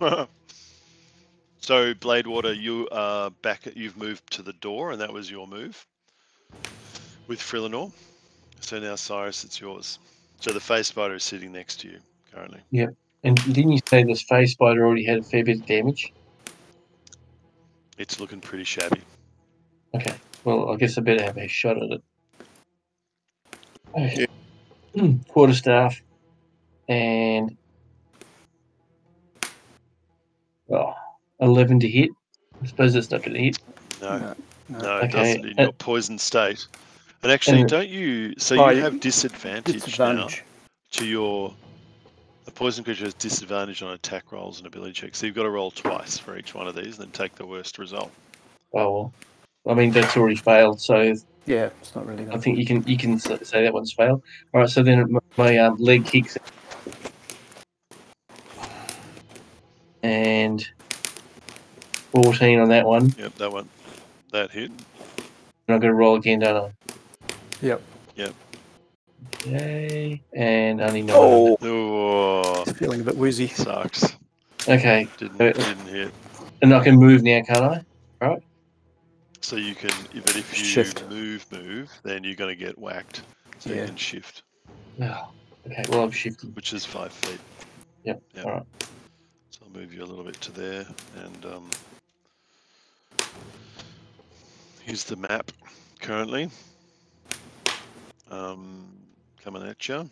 Speaker 1: Mm. so Blade Water, you are back. At, you've moved to the door, and that was your move with Frillinor. So now Cyrus, it's yours. So the Face Spider is sitting next to you currently.
Speaker 3: And didn't you say this face spider already had a fair bit of damage?
Speaker 1: It's looking pretty shabby.
Speaker 3: Okay. Well, I guess I better have a shot at it. Okay. Quarter staff. And. Well, 11 oh, to hit. I suppose that's not going to hit.
Speaker 1: No,
Speaker 4: No, no.
Speaker 1: no, it
Speaker 3: Okay,
Speaker 1: doesn't in
Speaker 3: uh,
Speaker 1: your poison state. And actually,
Speaker 3: and-
Speaker 1: don't you? So
Speaker 4: Oh,
Speaker 1: you
Speaker 4: you-
Speaker 1: have disadvantage, now.
Speaker 4: Disadvantage.
Speaker 1: to your a poison creature has disadvantage on attack rolls and ability checks. So you've got to roll twice for each one of these and then take the worst result.
Speaker 3: Oh, well. I mean, that's already failed. So
Speaker 4: Yeah, it's not really.
Speaker 3: I
Speaker 4: That.
Speaker 3: think you can you can s- say that one's failed. All right, so then m- my um, leg kicks, and fourteen on that one.
Speaker 1: Yep, that one. That hit.
Speaker 3: And I'm going to roll again, don't
Speaker 4: Yep.
Speaker 3: I? Yay! And only nine.
Speaker 2: Oh.
Speaker 1: Oh,
Speaker 4: It's feeling a bit woozy.
Speaker 1: sucks.
Speaker 3: Okay,
Speaker 1: Didn't
Speaker 3: Uh,
Speaker 1: didn't hit.
Speaker 3: and I can move now, can't I?
Speaker 1: So you can, but if you
Speaker 4: Shift.
Speaker 1: move, move, then you're going to get whacked. So
Speaker 4: Yeah.
Speaker 1: you can shift,
Speaker 3: No. Okay, well I'm shifted.
Speaker 1: which is five feet.
Speaker 3: Yep,
Speaker 1: Yep.
Speaker 3: alright.
Speaker 1: So I'll move you a little bit to there, and um, here's the map currently. Um, coming at you.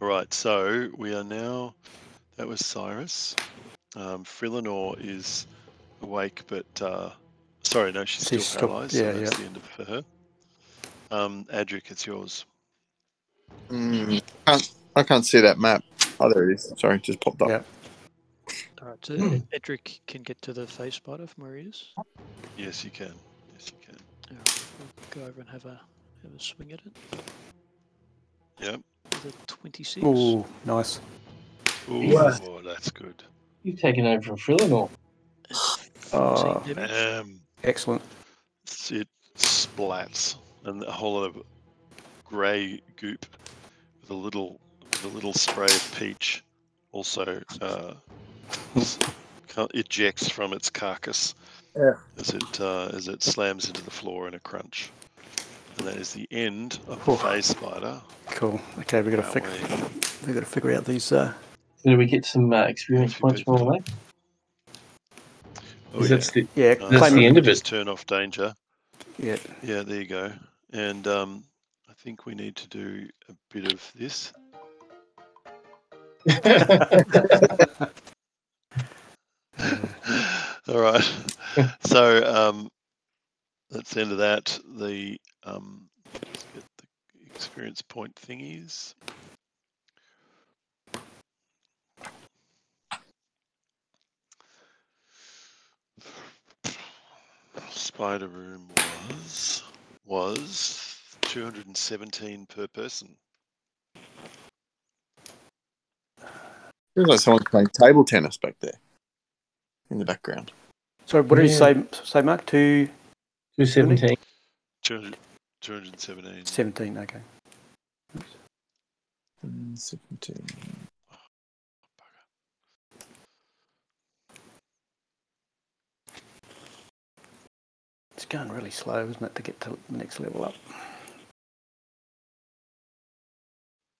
Speaker 1: All right, so we are now. That was Cyrus. Um, Frillinor is awake, but uh, sorry, no, she's still
Speaker 4: She's still-
Speaker 1: paralyzed.
Speaker 4: yeah,
Speaker 1: so that's
Speaker 4: yeah.
Speaker 1: the end of it for her. Um, Adric, it's yours.
Speaker 2: Mm, can't, I can't see that map. Oh, there it is. Sorry, just popped up.
Speaker 4: Yeah.
Speaker 5: All right, so
Speaker 4: Hmm.
Speaker 5: Ed- Edric can get to the face spider from where he is.
Speaker 1: Yes, you can. Yes, you can.
Speaker 5: All right, we'll go over and have a have a swing at it
Speaker 1: Yep.
Speaker 5: with a 26.
Speaker 4: Ooh, nice.
Speaker 1: Ooh,
Speaker 3: Yeah.
Speaker 1: oh, that's good.
Speaker 3: You've taken over from Frillinor.
Speaker 5: and 14
Speaker 4: Oh.
Speaker 5: damage.
Speaker 1: Um,
Speaker 4: Excellent.
Speaker 1: s- it splats, and a whole lot of grey goop with a little with a little spray of peach also uh, s- co- ejects from its carcass
Speaker 2: Yeah.
Speaker 1: as it uh, as it slams into the floor in a crunch. And that is the end of
Speaker 4: Oh.
Speaker 1: the phase spider.
Speaker 4: Cool. Okay, we got to fix.
Speaker 1: Can't wait.
Speaker 4: We got to figure out these. Uh,
Speaker 3: So do we get some uh, experience
Speaker 1: If you
Speaker 3: points
Speaker 1: pick
Speaker 3: from
Speaker 1: them
Speaker 3: all that?
Speaker 1: Oh,
Speaker 3: Because
Speaker 1: yeah.
Speaker 3: that's the,
Speaker 4: yeah,
Speaker 1: No,
Speaker 3: that's
Speaker 4: claim
Speaker 3: the
Speaker 4: it.
Speaker 3: end of
Speaker 1: just
Speaker 3: it.
Speaker 1: turn off danger.
Speaker 4: Yeah,
Speaker 1: Yeah, there you go. And um, I think we need to do a bit of this. All right. so um, that's the end of that. The um, let's get the experience point thingies. Spider room was was 217 per person.
Speaker 2: Feels like someone's playing table tennis back there in the background.
Speaker 4: So what did you
Speaker 3: Yeah.
Speaker 4: say, say Mark? Two
Speaker 3: 217.
Speaker 1: 200, 217.
Speaker 4: seventeen. Okay.
Speaker 2: Mm, 17.
Speaker 4: It's going really slow, isn't it, to get to the next level up?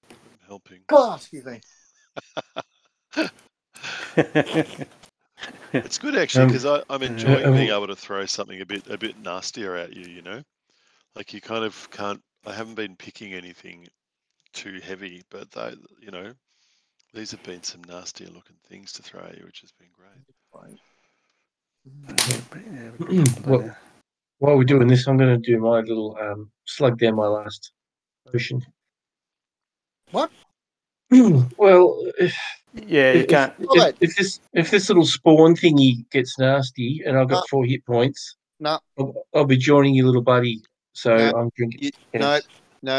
Speaker 1: Helping.
Speaker 2: God, excuse me.
Speaker 1: It's good actually
Speaker 3: Um,
Speaker 1: because I'm enjoying
Speaker 3: um,
Speaker 1: being able to throw something a bit a bit nastier at you. You know, like you kind of can't I haven't been picking anything too heavy, but they, you know, these have been some nastier looking things to throw at you, which has been great.
Speaker 4: Yeah, but- yeah, we've got a
Speaker 3: Mm,
Speaker 4: couple
Speaker 3: well-
Speaker 4: there.
Speaker 3: While we're doing this, I'm going to do my little um, slug down my last potion.
Speaker 2: What?
Speaker 3: well, if,
Speaker 4: yeah, you
Speaker 3: if-
Speaker 4: can't.
Speaker 3: If,
Speaker 2: Alright.
Speaker 3: if this if this little spawn thingy gets nasty, and I've
Speaker 2: Uh,
Speaker 3: got four hit points,
Speaker 2: no.
Speaker 3: I'll, I'll be joining your little buddy. So
Speaker 2: No.
Speaker 3: I'm drinking.
Speaker 2: You,
Speaker 3: Yes.
Speaker 2: No,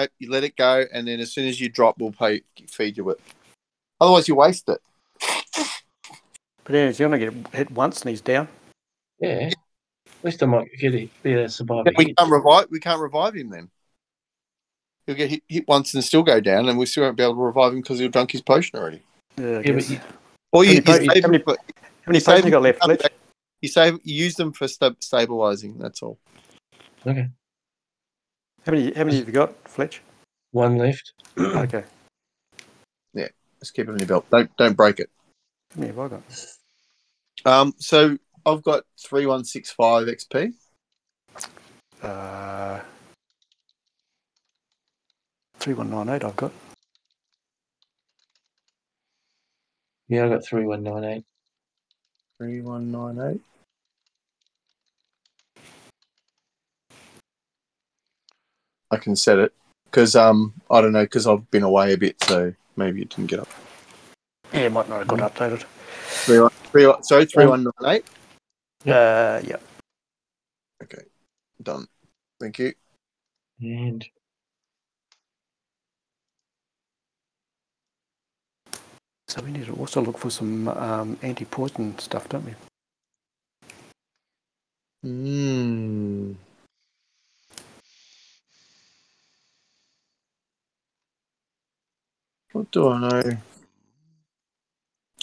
Speaker 2: no, you let it go, and then as soon as you drop, we'll pay, feed you it. Otherwise, you waste it.
Speaker 4: But yeah, you only get hit once and he's down.
Speaker 3: Yeah. At least I might get a bit of surviving.
Speaker 2: We can't revive. We can't revive him then. He'll get hit, hit once and still go down, and we still won't be able to revive him because he'll drunk his potion already.
Speaker 4: Yeah, I
Speaker 3: Yeah, but
Speaker 4: guess.
Speaker 3: you-
Speaker 4: How
Speaker 2: Or
Speaker 4: How
Speaker 2: you,
Speaker 4: many po-
Speaker 2: you save
Speaker 4: how
Speaker 2: him
Speaker 4: many-
Speaker 2: for,
Speaker 4: many
Speaker 2: save
Speaker 4: potions you got
Speaker 2: him
Speaker 4: left,
Speaker 2: for-
Speaker 4: Fletch?
Speaker 2: you save you use them for sta stabilizing. That's all.
Speaker 4: How many? How many have you got, Fletch?
Speaker 3: One left.
Speaker 4: okay.
Speaker 2: Just keep it in your belt. Don't don't break it.
Speaker 4: How many have I got?
Speaker 2: Um. So I've got three one six five XP.
Speaker 4: Uh, three one nine eight. I've got.
Speaker 3: Yeah, I got three one nine eight.
Speaker 2: Three one nine eight. I can set it because um I don't know because I've been away a bit, so maybe it didn't get up.
Speaker 4: Yeah, might not have got updated.
Speaker 2: Three one three. Sorry, three one nine eight.
Speaker 4: Uh, yeah.
Speaker 2: Done. Thank you.
Speaker 3: And
Speaker 4: So we need to also look for some um, anti-poison stuff, don't we?
Speaker 2: Mm. What do I know?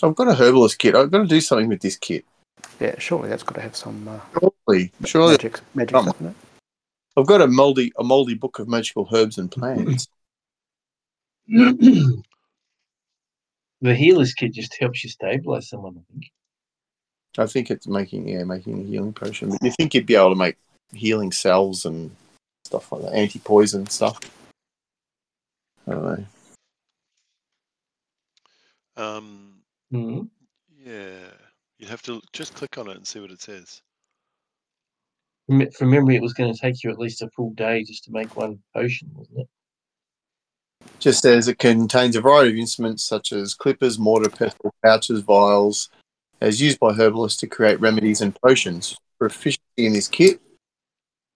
Speaker 2: I've got a herbalist kit. I've got to do something with this kit.
Speaker 4: Yeah, surely that's got to have some uh,
Speaker 2: Surely, surely.
Speaker 4: magic, magic
Speaker 2: Come
Speaker 4: stuff in it.
Speaker 2: I've got a moldy, a moldy book of magical herbs and plants.
Speaker 3: the healer's kit just helps you stabilize someone. I think.
Speaker 2: I think it's making, yeah, making a healing potion. But you think you'd be able to make healing salves and stuff like that, anti-poison stuff. I don't know.
Speaker 1: Um,
Speaker 3: Mhm.
Speaker 1: yeah, you'd have to just click on it and see what it says.
Speaker 3: From, me- from memory, it was going to take you at least a full day just to make one potion, wasn't it?
Speaker 2: Just says it contains a variety of instruments such as clippers, mortar, pestle, pouches, vials, as used by herbalists to create remedies and potions. Proficiency in this kit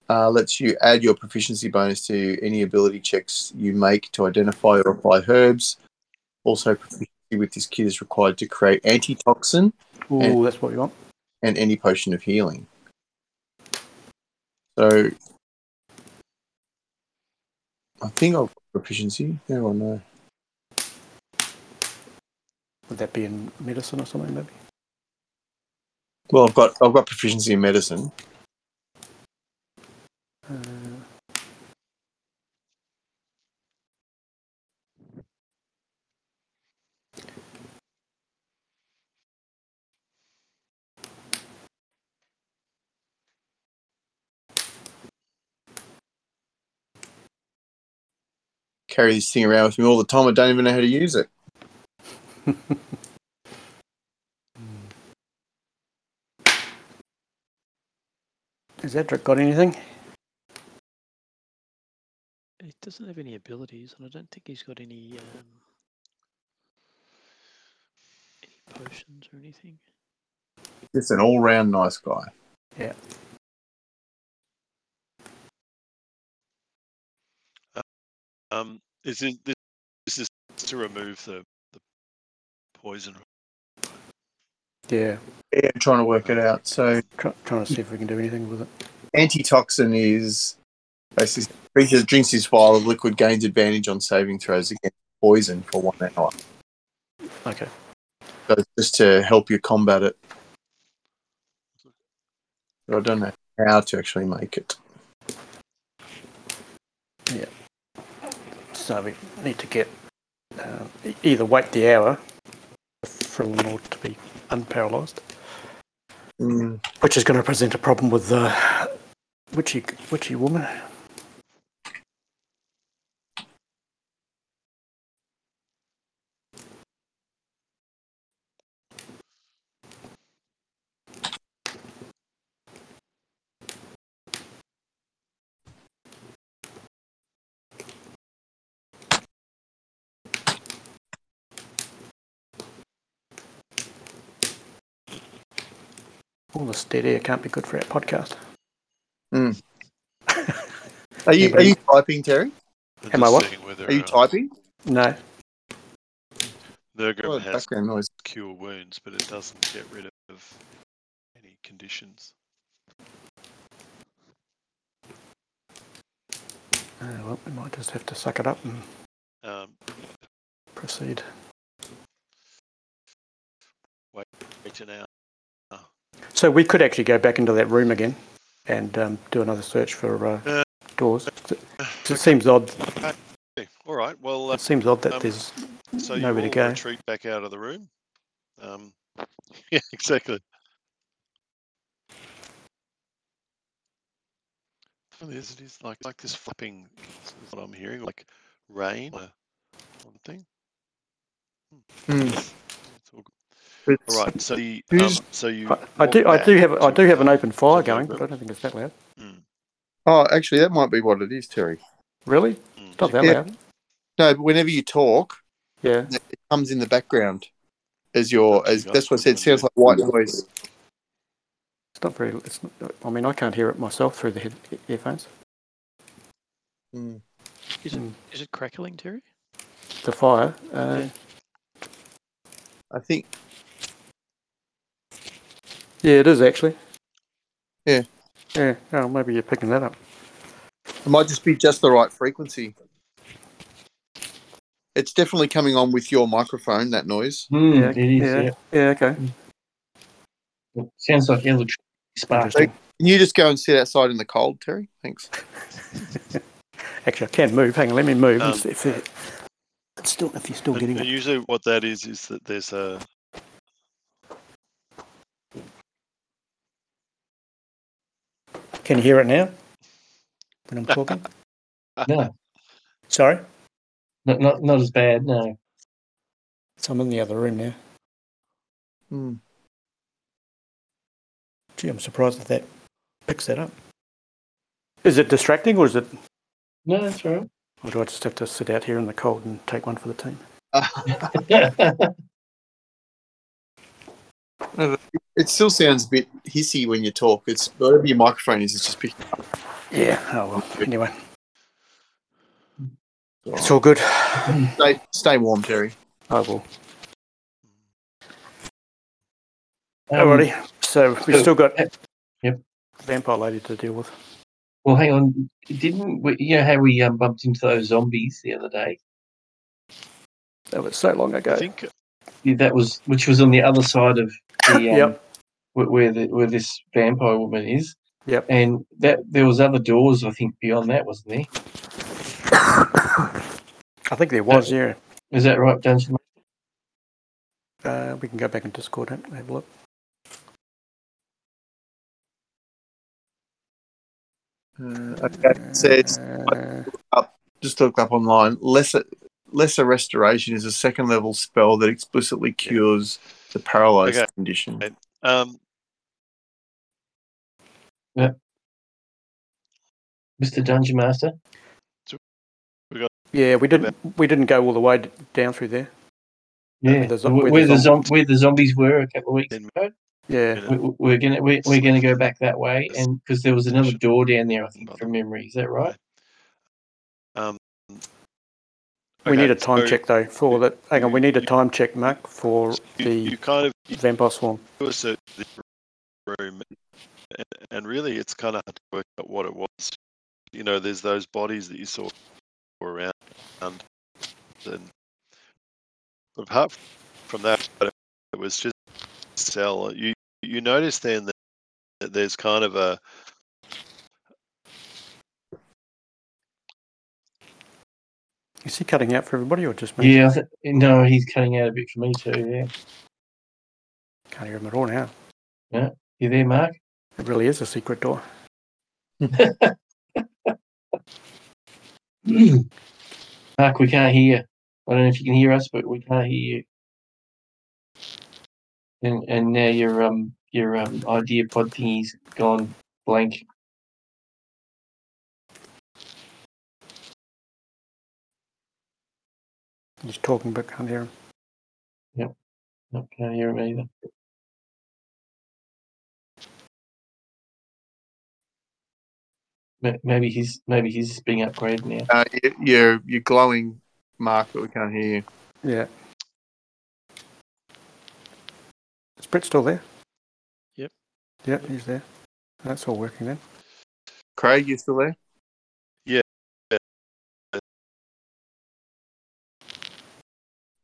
Speaker 2: uh, lets you add your proficiency bonus to any ability checks you make to identify or apply herbs. Also, proficiency with this kit is required to create antitoxin
Speaker 4: Ooh,
Speaker 2: And-
Speaker 4: that's what we want.
Speaker 2: and any potion of healing. So, I think I've got proficiency. No, I know.
Speaker 4: Would that be in medicine or something, maybe?
Speaker 2: Well, I've got I've got proficiency in medicine.
Speaker 4: Uh,
Speaker 2: Carry this thing around with me all the time. I don't even know how to use it.
Speaker 4: has Edric got anything?
Speaker 5: He doesn't have any abilities, and I don't think he's got any um, any potions or anything.
Speaker 2: It's an all round nice guy.
Speaker 1: Um, is it, this, this is to remove the, the poison.
Speaker 4: Yeah,
Speaker 2: Yeah, I'm trying to work it out. So
Speaker 4: try, trying to see if we can do anything with it.
Speaker 2: antitoxin is basically creature drinks his vial of liquid gains advantage on saving throws against poison for one hour.
Speaker 4: Okay.
Speaker 2: So it's just to help you combat it. But I don't know how to actually make it.
Speaker 4: So we need to get um, e- either wait the hour for Lenore to be unparalysed,
Speaker 2: Mm.
Speaker 4: which is going to present a problem with the witchy witchy woman. All this dead air can't be good for our podcast.
Speaker 2: Are you,
Speaker 4: Yeah, but-
Speaker 2: are you typing, Terry?
Speaker 1: They're
Speaker 4: Am
Speaker 1: just
Speaker 4: I what?
Speaker 1: seeing whether,
Speaker 2: Are you
Speaker 1: uh,
Speaker 2: typing?
Speaker 4: No.
Speaker 1: Nurgrim
Speaker 2: Oh,
Speaker 1: has
Speaker 2: background noise.
Speaker 1: cure wounds, but it doesn't get rid of any conditions.
Speaker 4: Uh, well, we might just have to suck it up and
Speaker 1: Um,
Speaker 4: proceed.
Speaker 1: wait an hour.
Speaker 4: So we could actually go back into that room again and um, do another search for uh,
Speaker 1: Uh,
Speaker 4: doors. It seems odd.
Speaker 1: Okay, All right. Well, uh,
Speaker 4: It seems odd that
Speaker 1: Um,
Speaker 4: there's
Speaker 1: so you all
Speaker 4: nowhere to go.
Speaker 1: retreat back out of the room. Um, yeah, exactly. Funny, isn't it is like like this flapping is is what I'm hearing, like rain or one thing.
Speaker 2: Hmm.
Speaker 1: It's all good.
Speaker 2: It's-
Speaker 1: All right. So the, um,
Speaker 2: Who's-
Speaker 1: so you.
Speaker 4: I, I
Speaker 1: walk
Speaker 4: do. I
Speaker 1: back
Speaker 4: do have. I
Speaker 1: to
Speaker 4: do have an
Speaker 1: the-
Speaker 4: open
Speaker 1: to
Speaker 4: fire
Speaker 1: the
Speaker 4: going,
Speaker 1: room.
Speaker 4: but I don't think it's that loud.
Speaker 2: Oh, actually, that might be what it is, Terry.
Speaker 4: Really?
Speaker 1: Mm.
Speaker 4: It's not that
Speaker 2: Yeah.
Speaker 4: loud.
Speaker 2: No, but whenever you talk,
Speaker 4: Yeah.
Speaker 2: it comes in the background as your as
Speaker 1: Yeah,
Speaker 2: that's what I said. It
Speaker 1: that's what
Speaker 2: sounds like white noise.
Speaker 4: It's not very. It's. Not, I mean, I can't hear it myself through the head, earphones.
Speaker 2: Mm.
Speaker 5: Is it
Speaker 4: Mm.
Speaker 5: is it crackling, Terry?
Speaker 4: The fire. Uh,
Speaker 2: I think
Speaker 4: yeah. It is actually.
Speaker 2: Yeah.
Speaker 4: Yeah. Oh, maybe you're picking that up.
Speaker 2: it might just be just the right frequency. It's definitely coming on with your microphone. That noise.
Speaker 3: Hmm,
Speaker 4: Yeah.
Speaker 3: it is.
Speaker 4: yeah.
Speaker 3: Yeah.
Speaker 4: yeah, Okay.
Speaker 3: It sounds like electricity sparking.
Speaker 2: Can you just go and sit outside in the cold, Terry? Thanks.
Speaker 4: Actually, I can move. Hang on. Let me move. and
Speaker 1: Um, uh,
Speaker 4: see if it, it's still. If you're still
Speaker 1: And-
Speaker 4: getting
Speaker 1: and
Speaker 4: it.
Speaker 1: usually, what that is is that there's a.
Speaker 4: Can you hear it now? When I'm talking.
Speaker 3: No,
Speaker 4: Sorry.
Speaker 3: not, not not as bad. No.
Speaker 4: So I'm in the other room now. Hmm.
Speaker 2: Mm.
Speaker 4: Gee, I'm surprised that that picks that up. Is it distracting, or is it?
Speaker 3: No, that's all
Speaker 4: Or do I just have to sit out here in the cold and take one for the team?
Speaker 3: right.
Speaker 2: It still sounds a bit hissy when you talk. It's whatever your microphone is. It's just picking up.
Speaker 4: Yeah. Oh well. Anyway, it's all good. I
Speaker 2: Stay, stay warm, Terry.
Speaker 4: will.
Speaker 3: Um,
Speaker 4: Alrighty. So we've still got.
Speaker 3: Yep.
Speaker 4: Vampire lady to deal with.
Speaker 3: well, hang on. Didn't we, you know how we um, bumped into those zombies the other day?
Speaker 4: That was so long ago.
Speaker 1: I think
Speaker 3: Yeah, That was which was on the other side of the um,
Speaker 4: Yep.
Speaker 3: wh- where the, where this vampire woman is.
Speaker 4: Yep.
Speaker 3: And that there was other doors, I think, beyond that, wasn't there?
Speaker 4: I think there was. Yeah.
Speaker 3: Is that right, Dungeon?
Speaker 4: Uh, we can go back in Discord and have a look.
Speaker 2: Uh, okay. It says
Speaker 4: Uh,
Speaker 2: just look up online. Lesser Lesser Restoration is a second level spell that explicitly cures the paralyzed
Speaker 1: Okay.
Speaker 2: condition.
Speaker 1: Okay. um,
Speaker 3: Mr. Dungeon Master?
Speaker 4: yeah, we didn't. We didn't go all the way d- down through there.
Speaker 3: Yeah.
Speaker 4: the zo-
Speaker 3: where,
Speaker 4: where the
Speaker 3: where the zom-
Speaker 4: zombies-
Speaker 3: where the zombies were a couple of weeks
Speaker 1: Then-
Speaker 3: ago.
Speaker 4: Yeah.
Speaker 1: minute.
Speaker 3: We, we- we're gonna we're, we're gonna go back that way,
Speaker 1: Yes.
Speaker 3: and because there was another
Speaker 1: Should-
Speaker 3: door down there, I think
Speaker 1: Bother.
Speaker 3: from memory. Is that right?
Speaker 1: Um,
Speaker 4: we need
Speaker 1: okay,
Speaker 4: a time
Speaker 1: so
Speaker 4: check though for that. Hang on, we need a
Speaker 1: you-
Speaker 4: time check, Mark, for
Speaker 1: You, you
Speaker 4: the
Speaker 1: kind of you
Speaker 4: vampire swarm.
Speaker 1: do a search of the room, and, and really, it's kind of hard to work out what it was. You know, there's those bodies that you saw around, and and apart from that, it was just cell. You you notice then that, that there's kind of a
Speaker 4: Is he cutting out for everybody or just me?
Speaker 3: Yeah. I th- no, he's cutting out a bit for me too. Yeah.
Speaker 4: Can't hear him at all now.
Speaker 3: You there, Mark?
Speaker 4: It really is a secret door.
Speaker 3: Mark, we can't hear. you. I don't know if you can hear us, but we can't hear you. And and now your um your um idea pod thingy's gone blank.
Speaker 4: He's talking but can't hear him.
Speaker 3: I can't hear him either. Ma- Maybe he's maybe he's being upgraded now.
Speaker 2: Uh, you, you're, you're glowing, Mark, but we can't hear you.
Speaker 4: Yeah. Is Brett still there?
Speaker 5: Yep.
Speaker 4: Yep, he's there. That's all working then.
Speaker 2: Craig, you still there?
Speaker 6: Yeah.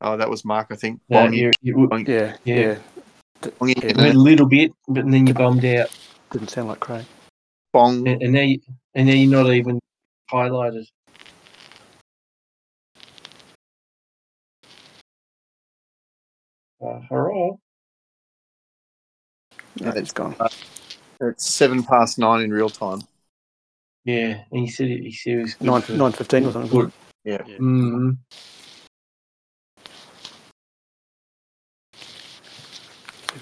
Speaker 2: Oh, that was Mark, I think.
Speaker 3: No,
Speaker 2: Long-
Speaker 3: you- you-
Speaker 2: long-
Speaker 4: Yeah, yeah.
Speaker 3: Yeah.
Speaker 2: long
Speaker 3: you
Speaker 2: internet.
Speaker 3: went a little bit, but then you bummed out,
Speaker 4: Didn't sound like Craig.
Speaker 2: Bong.
Speaker 3: and, and now you, and now you're not even highlighted. Uh, hurrah!
Speaker 4: No,
Speaker 2: Yeah.
Speaker 4: he's gone.
Speaker 2: It's seven past nine in real time.
Speaker 3: Yeah, and he said it, he said it was good
Speaker 4: Nine
Speaker 3: for-
Speaker 4: nine fifteen or something.
Speaker 3: Good. Mhm.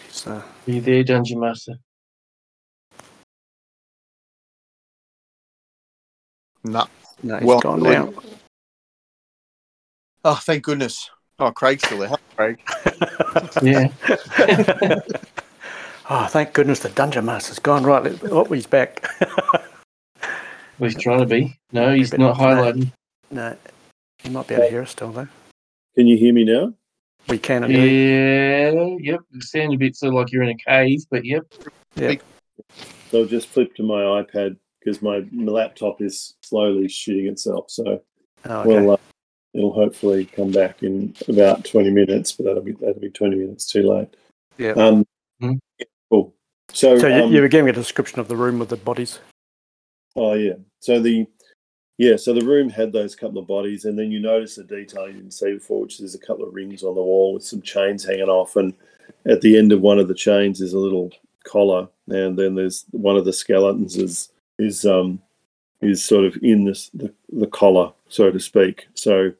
Speaker 4: He's, uh,
Speaker 3: Are you there, Dungeon Master?
Speaker 2: No.
Speaker 4: no, he's
Speaker 2: Well,
Speaker 4: gone
Speaker 2: good.
Speaker 4: now.
Speaker 2: Oh, thank goodness. Oh, Craig's still there. Hi, Craig.
Speaker 3: Yeah.
Speaker 4: oh, thank goodness the dungeon master's gone. Right, let- oh, he's back.
Speaker 3: Well, he's trying to be. No,
Speaker 4: Be a
Speaker 3: he's
Speaker 4: bit
Speaker 3: not
Speaker 4: of a man.
Speaker 3: highlighting.
Speaker 4: no, he might be able to hear us still though.
Speaker 1: Can you hear me now?
Speaker 4: We can indeed.
Speaker 3: Yeah, yep. It sounds a bit sort of like you're in a cave, but yep.
Speaker 1: So I've just flipped to my iPad because my my laptop is slowly shitting itself. So
Speaker 4: Oh, okay.
Speaker 1: well, uh, it'll hopefully come back in about twenty minutes, but that'll be that'll be twenty minutes too late.
Speaker 4: Yeah. Mm-hmm.
Speaker 1: Um,
Speaker 3: Mhm.
Speaker 1: yeah, Cool. So,
Speaker 4: so you,
Speaker 1: um,
Speaker 4: you were giving a description of the room with the bodies.
Speaker 1: Oh yeah. So the yeah, so the room had those couple of bodies, and then you notice a detail you didn't see before, which is a couple of rings on the wall with some chains hanging off, and at the end of one of the chains is a little collar, and then there's one of the skeletons is is um is sort of in this the, the collar, so to speak. So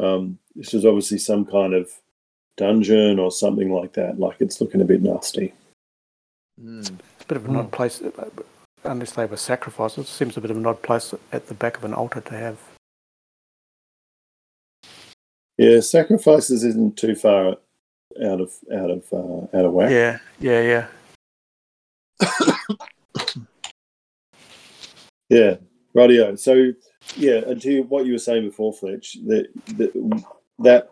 Speaker 1: um this is obviously some kind of dungeon or something like that. Like it's looking a bit nasty.
Speaker 2: Hmm.
Speaker 4: It's a bit of
Speaker 1: Hmm.
Speaker 4: an odd place, uh, unless they were sacrifices. Seems a bit of an odd place at the back of an altar to have.
Speaker 1: Yeah, sacrifices isn't too far out of out of uh, out of whack.
Speaker 4: Yeah, yeah, yeah.
Speaker 1: Yeah, radio. So, yeah, and to what you were saying before, Fletch, that that, that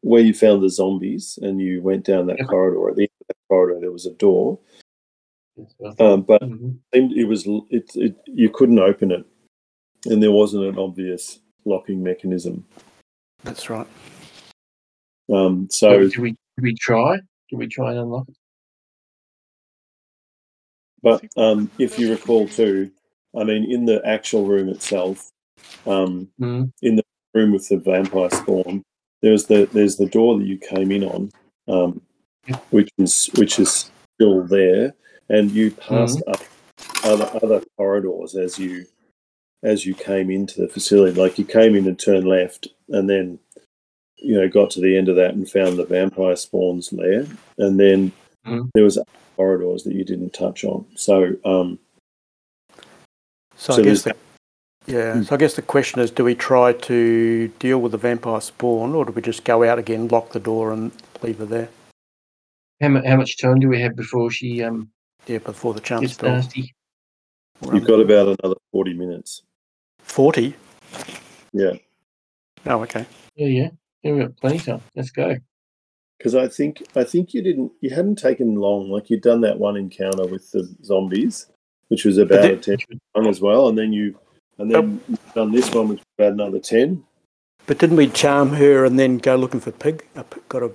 Speaker 1: where you found the zombies and you went down that
Speaker 3: Yeah.
Speaker 1: corridor. At the end of that corridor, there was a door,
Speaker 3: That's what I thought.
Speaker 1: um, but
Speaker 3: Mhm.
Speaker 1: it seemed- it was l- it, it you couldn't open it, and there wasn't an obvious locking mechanism.
Speaker 4: That's right.
Speaker 1: Um,
Speaker 3: But
Speaker 1: so,
Speaker 3: did we did we try? Did we try and unlock it?
Speaker 1: but um, if you recall too, I mean, in the actual room itself, um,
Speaker 3: Mm.
Speaker 1: room with the vampire spawn, there's the there's the door that you came in on, um,
Speaker 3: Yeah.
Speaker 1: which is which is still there, and you passed up other other corridors as you as you came into the facility. Like you came in and turned left, and then you know got to the end of that and found the vampire spawns lair, and then
Speaker 3: Mhm.
Speaker 1: there was other corridors that you didn't touch on. So um,
Speaker 4: So,
Speaker 1: So Hmm.
Speaker 4: I guess the,
Speaker 1: there's-
Speaker 4: yeah. So I guess the question is, do we try to deal with the vampire spawn, or do we just go out again, lock the door, and leave her there?
Speaker 3: How, mu- how much time do we have before she um,
Speaker 4: Yeah, before the chance
Speaker 3: gets
Speaker 4: spell.
Speaker 3: nasty?
Speaker 1: you've got about another forty minutes.
Speaker 4: forty.
Speaker 1: Yeah.
Speaker 4: Oh, okay.
Speaker 3: Yeah, yeah. Yeah, we got plenty of time. Let's go.
Speaker 1: because I think I think you didn't you hadn't taken long. Like you'd done that one encounter with the zombies, which was about
Speaker 4: But
Speaker 1: a ten one as well, and then you and then you've done this one, which was about another ten.
Speaker 4: But didn't we charm her and then go looking for pig? A pig got a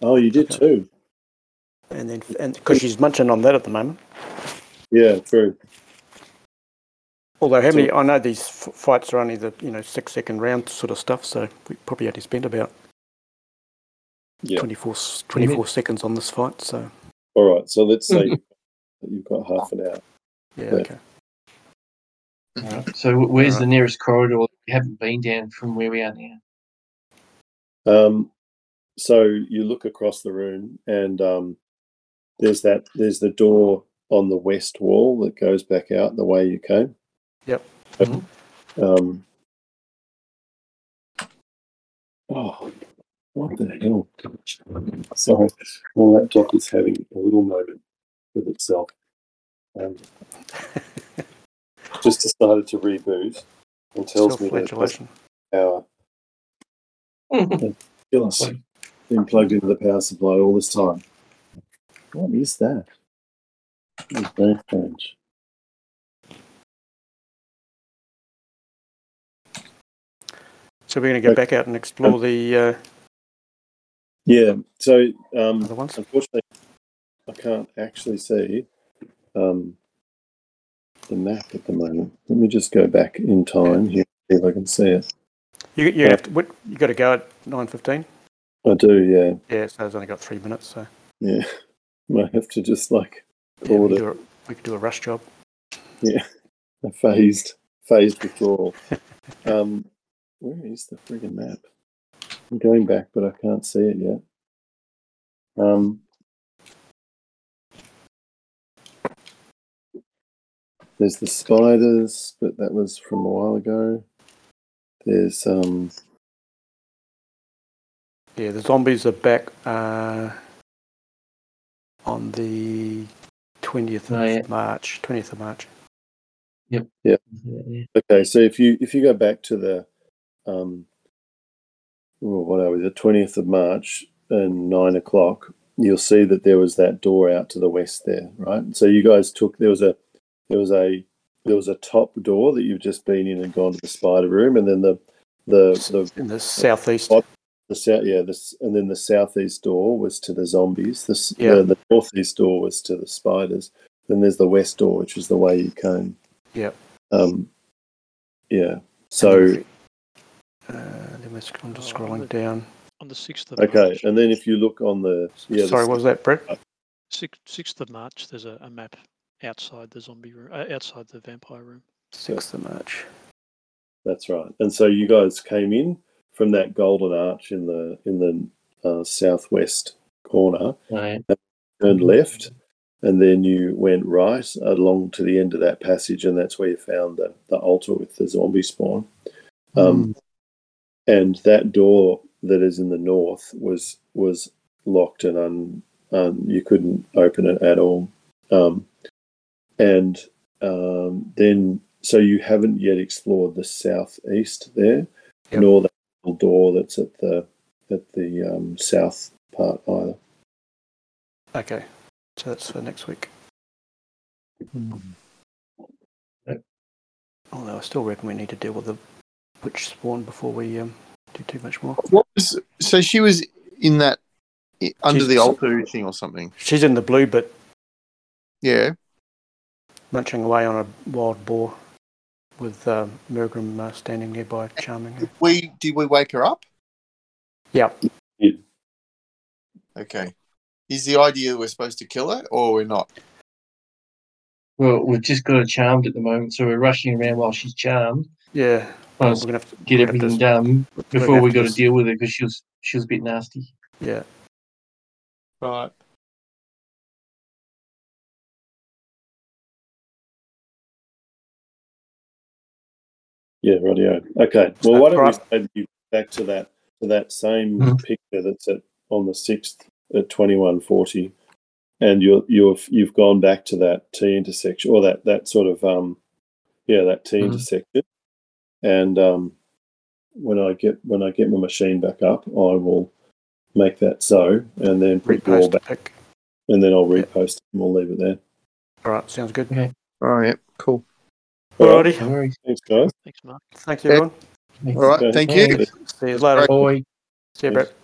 Speaker 1: Oh, you did
Speaker 4: Okay.
Speaker 1: too.
Speaker 4: and then and because she's munching on that at the moment.
Speaker 1: Yeah, true.
Speaker 4: Although how
Speaker 1: So-
Speaker 4: many? I know these f- fights are only the you know six second round sort of stuff, so we probably only spent about
Speaker 1: Yeah.
Speaker 4: 24, 24 seconds on this fight. So
Speaker 1: All right, so let's say you've got half an hour.
Speaker 4: yeah,
Speaker 1: Yeah.
Speaker 4: okay.
Speaker 3: All right. So wh- where's
Speaker 4: All
Speaker 3: the nearest corridor? that We haven't been down from where we are now.
Speaker 1: Um, so you look across the room, and um, there's that there's the door on the west wall that goes back out the way you came.
Speaker 4: Yep.
Speaker 3: Mhm.
Speaker 1: Um, oh, what the hell! Sorry, my laptop is having a little moment with itself. Um, just decided to reboot and tells me that it doesn't
Speaker 4: Self-flagellation.
Speaker 1: power. Ridiculous. Been plugged into the power supply all this time. What is that? It's very strange.
Speaker 4: So we're going to go back out and explore the uh,
Speaker 1: Yeah. So um,
Speaker 4: other ones.
Speaker 1: unfortunately, I can't actually see um, the map at the moment. Let me just go back in time here see if I can see it.
Speaker 4: You you have to, what, you got to go at nine fifteen.
Speaker 1: I do. Yeah.
Speaker 4: Yeah, so it's only got three minutes. So
Speaker 1: Yeah. Might have to just like
Speaker 4: yeah, we,
Speaker 1: Order.
Speaker 4: could do a, we could do a rush job.
Speaker 1: a phased phased withdrawal. um, where is the friggin' map? I'm going back, but I can't see it yet. Um, there's the spiders, but that was from a while ago. There's um,
Speaker 4: Yeah, the zombies are back uh, on the twentieth of
Speaker 3: Oh, yeah.
Speaker 4: March. Twentieth of March.
Speaker 3: Yeah.
Speaker 1: okay. So if you if you go back to the um, oh, what are we? The twentieth of March and nine o'clock. You'll see that there was that door out to the west there, right? So you guys took there was a there was a there was a top door that you've just been in and gone to the spider room, and then the the the
Speaker 4: in the southeast.
Speaker 1: Oh, the south, yeah, this, and then the southeast door was to the zombies. The, s uh,
Speaker 4: Yeah.
Speaker 1: the, the northeast door was to the spiders. Then there's the west door, which is the way you came.
Speaker 4: Yep.
Speaker 1: Um, yeah. So
Speaker 4: Uh, then we're sc- I'm just
Speaker 5: Oh,
Speaker 4: scrolling
Speaker 5: look.
Speaker 4: down.
Speaker 5: on the sixth of
Speaker 1: okay,
Speaker 5: March.
Speaker 1: and then if you look on the yeah, the
Speaker 4: Sorry, what was that, Brett?
Speaker 5: sixth of March, there's a, a map outside the zombie room, uh, outside the vampire room.
Speaker 4: Sixth of March.
Speaker 1: That's right. And so you guys came in from that golden arch in the in the uh, southwest corner,
Speaker 3: Right.
Speaker 1: turned
Speaker 4: Mm-hmm.
Speaker 1: left, and then you went right along to the end of that passage, and that's where you found the, the altar with the zombie spawn. Um, And that door that is in the north was was locked and un, un you couldn't open it at all. Um, and um, then so you haven't yet explored the southeast there,
Speaker 4: Yep.
Speaker 1: nor that little door that's at the at the um, south part either.
Speaker 4: Okay, so that's for next week.
Speaker 3: Yep.
Speaker 4: Although I still reckon we need to deal with the witch spawn before we um, do too much more.
Speaker 2: What was so she was in that i- under the
Speaker 4: She's-
Speaker 2: altar thing or something?
Speaker 4: She's in the blue bit,
Speaker 2: Yeah.
Speaker 4: munching away on a wild boar, with um, Mergrim uh, standing nearby, charming her.
Speaker 2: We did we wake her up?
Speaker 4: Yeah.
Speaker 1: Yeah.
Speaker 2: Okay. Is the idea we're supposed to kill her or we're not?
Speaker 3: Well, we've just got her charmed at the moment, so we're rushing around while she's charmed.
Speaker 4: Yeah,
Speaker 3: Trying
Speaker 4: we're
Speaker 3: to
Speaker 4: gonna have to
Speaker 3: get
Speaker 4: we're gonna have to-
Speaker 3: everything done
Speaker 4: we're gonna
Speaker 3: before
Speaker 4: have
Speaker 3: we
Speaker 4: to
Speaker 3: got to
Speaker 4: just-
Speaker 3: deal with her because she was she was a bit nasty.
Speaker 4: Yeah,
Speaker 2: Right.
Speaker 1: Yeah, radio. Okay. Well, why don't
Speaker 4: Right.
Speaker 1: we save you back to that to that same
Speaker 4: Mm-hmm.
Speaker 3: Mhm.
Speaker 1: picture that's at, on the sixth at twenty one forty, and you're you've you've gone back to that T intersection or that that sort of um yeah that T
Speaker 4: Mm-hmm.
Speaker 3: Mhm.
Speaker 1: intersection, and um when I get when I get my machine back up, I will make that so, and then put the all
Speaker 4: repost the
Speaker 1: back,
Speaker 4: pic.
Speaker 1: and then I'll
Speaker 4: Yeah.
Speaker 1: repost. it And we'll leave it there.
Speaker 4: All right, sounds good.
Speaker 2: All right. Cool.
Speaker 1: All right.
Speaker 4: Alrighty,
Speaker 3: No worries.
Speaker 1: Thanks, guys.
Speaker 5: Thanks, Mark.
Speaker 4: thanks everyone.
Speaker 2: All right.
Speaker 1: Okay.
Speaker 2: Thank
Speaker 3: Thanks.
Speaker 2: you.
Speaker 4: See you later.
Speaker 3: Bye.
Speaker 4: See you, Brett.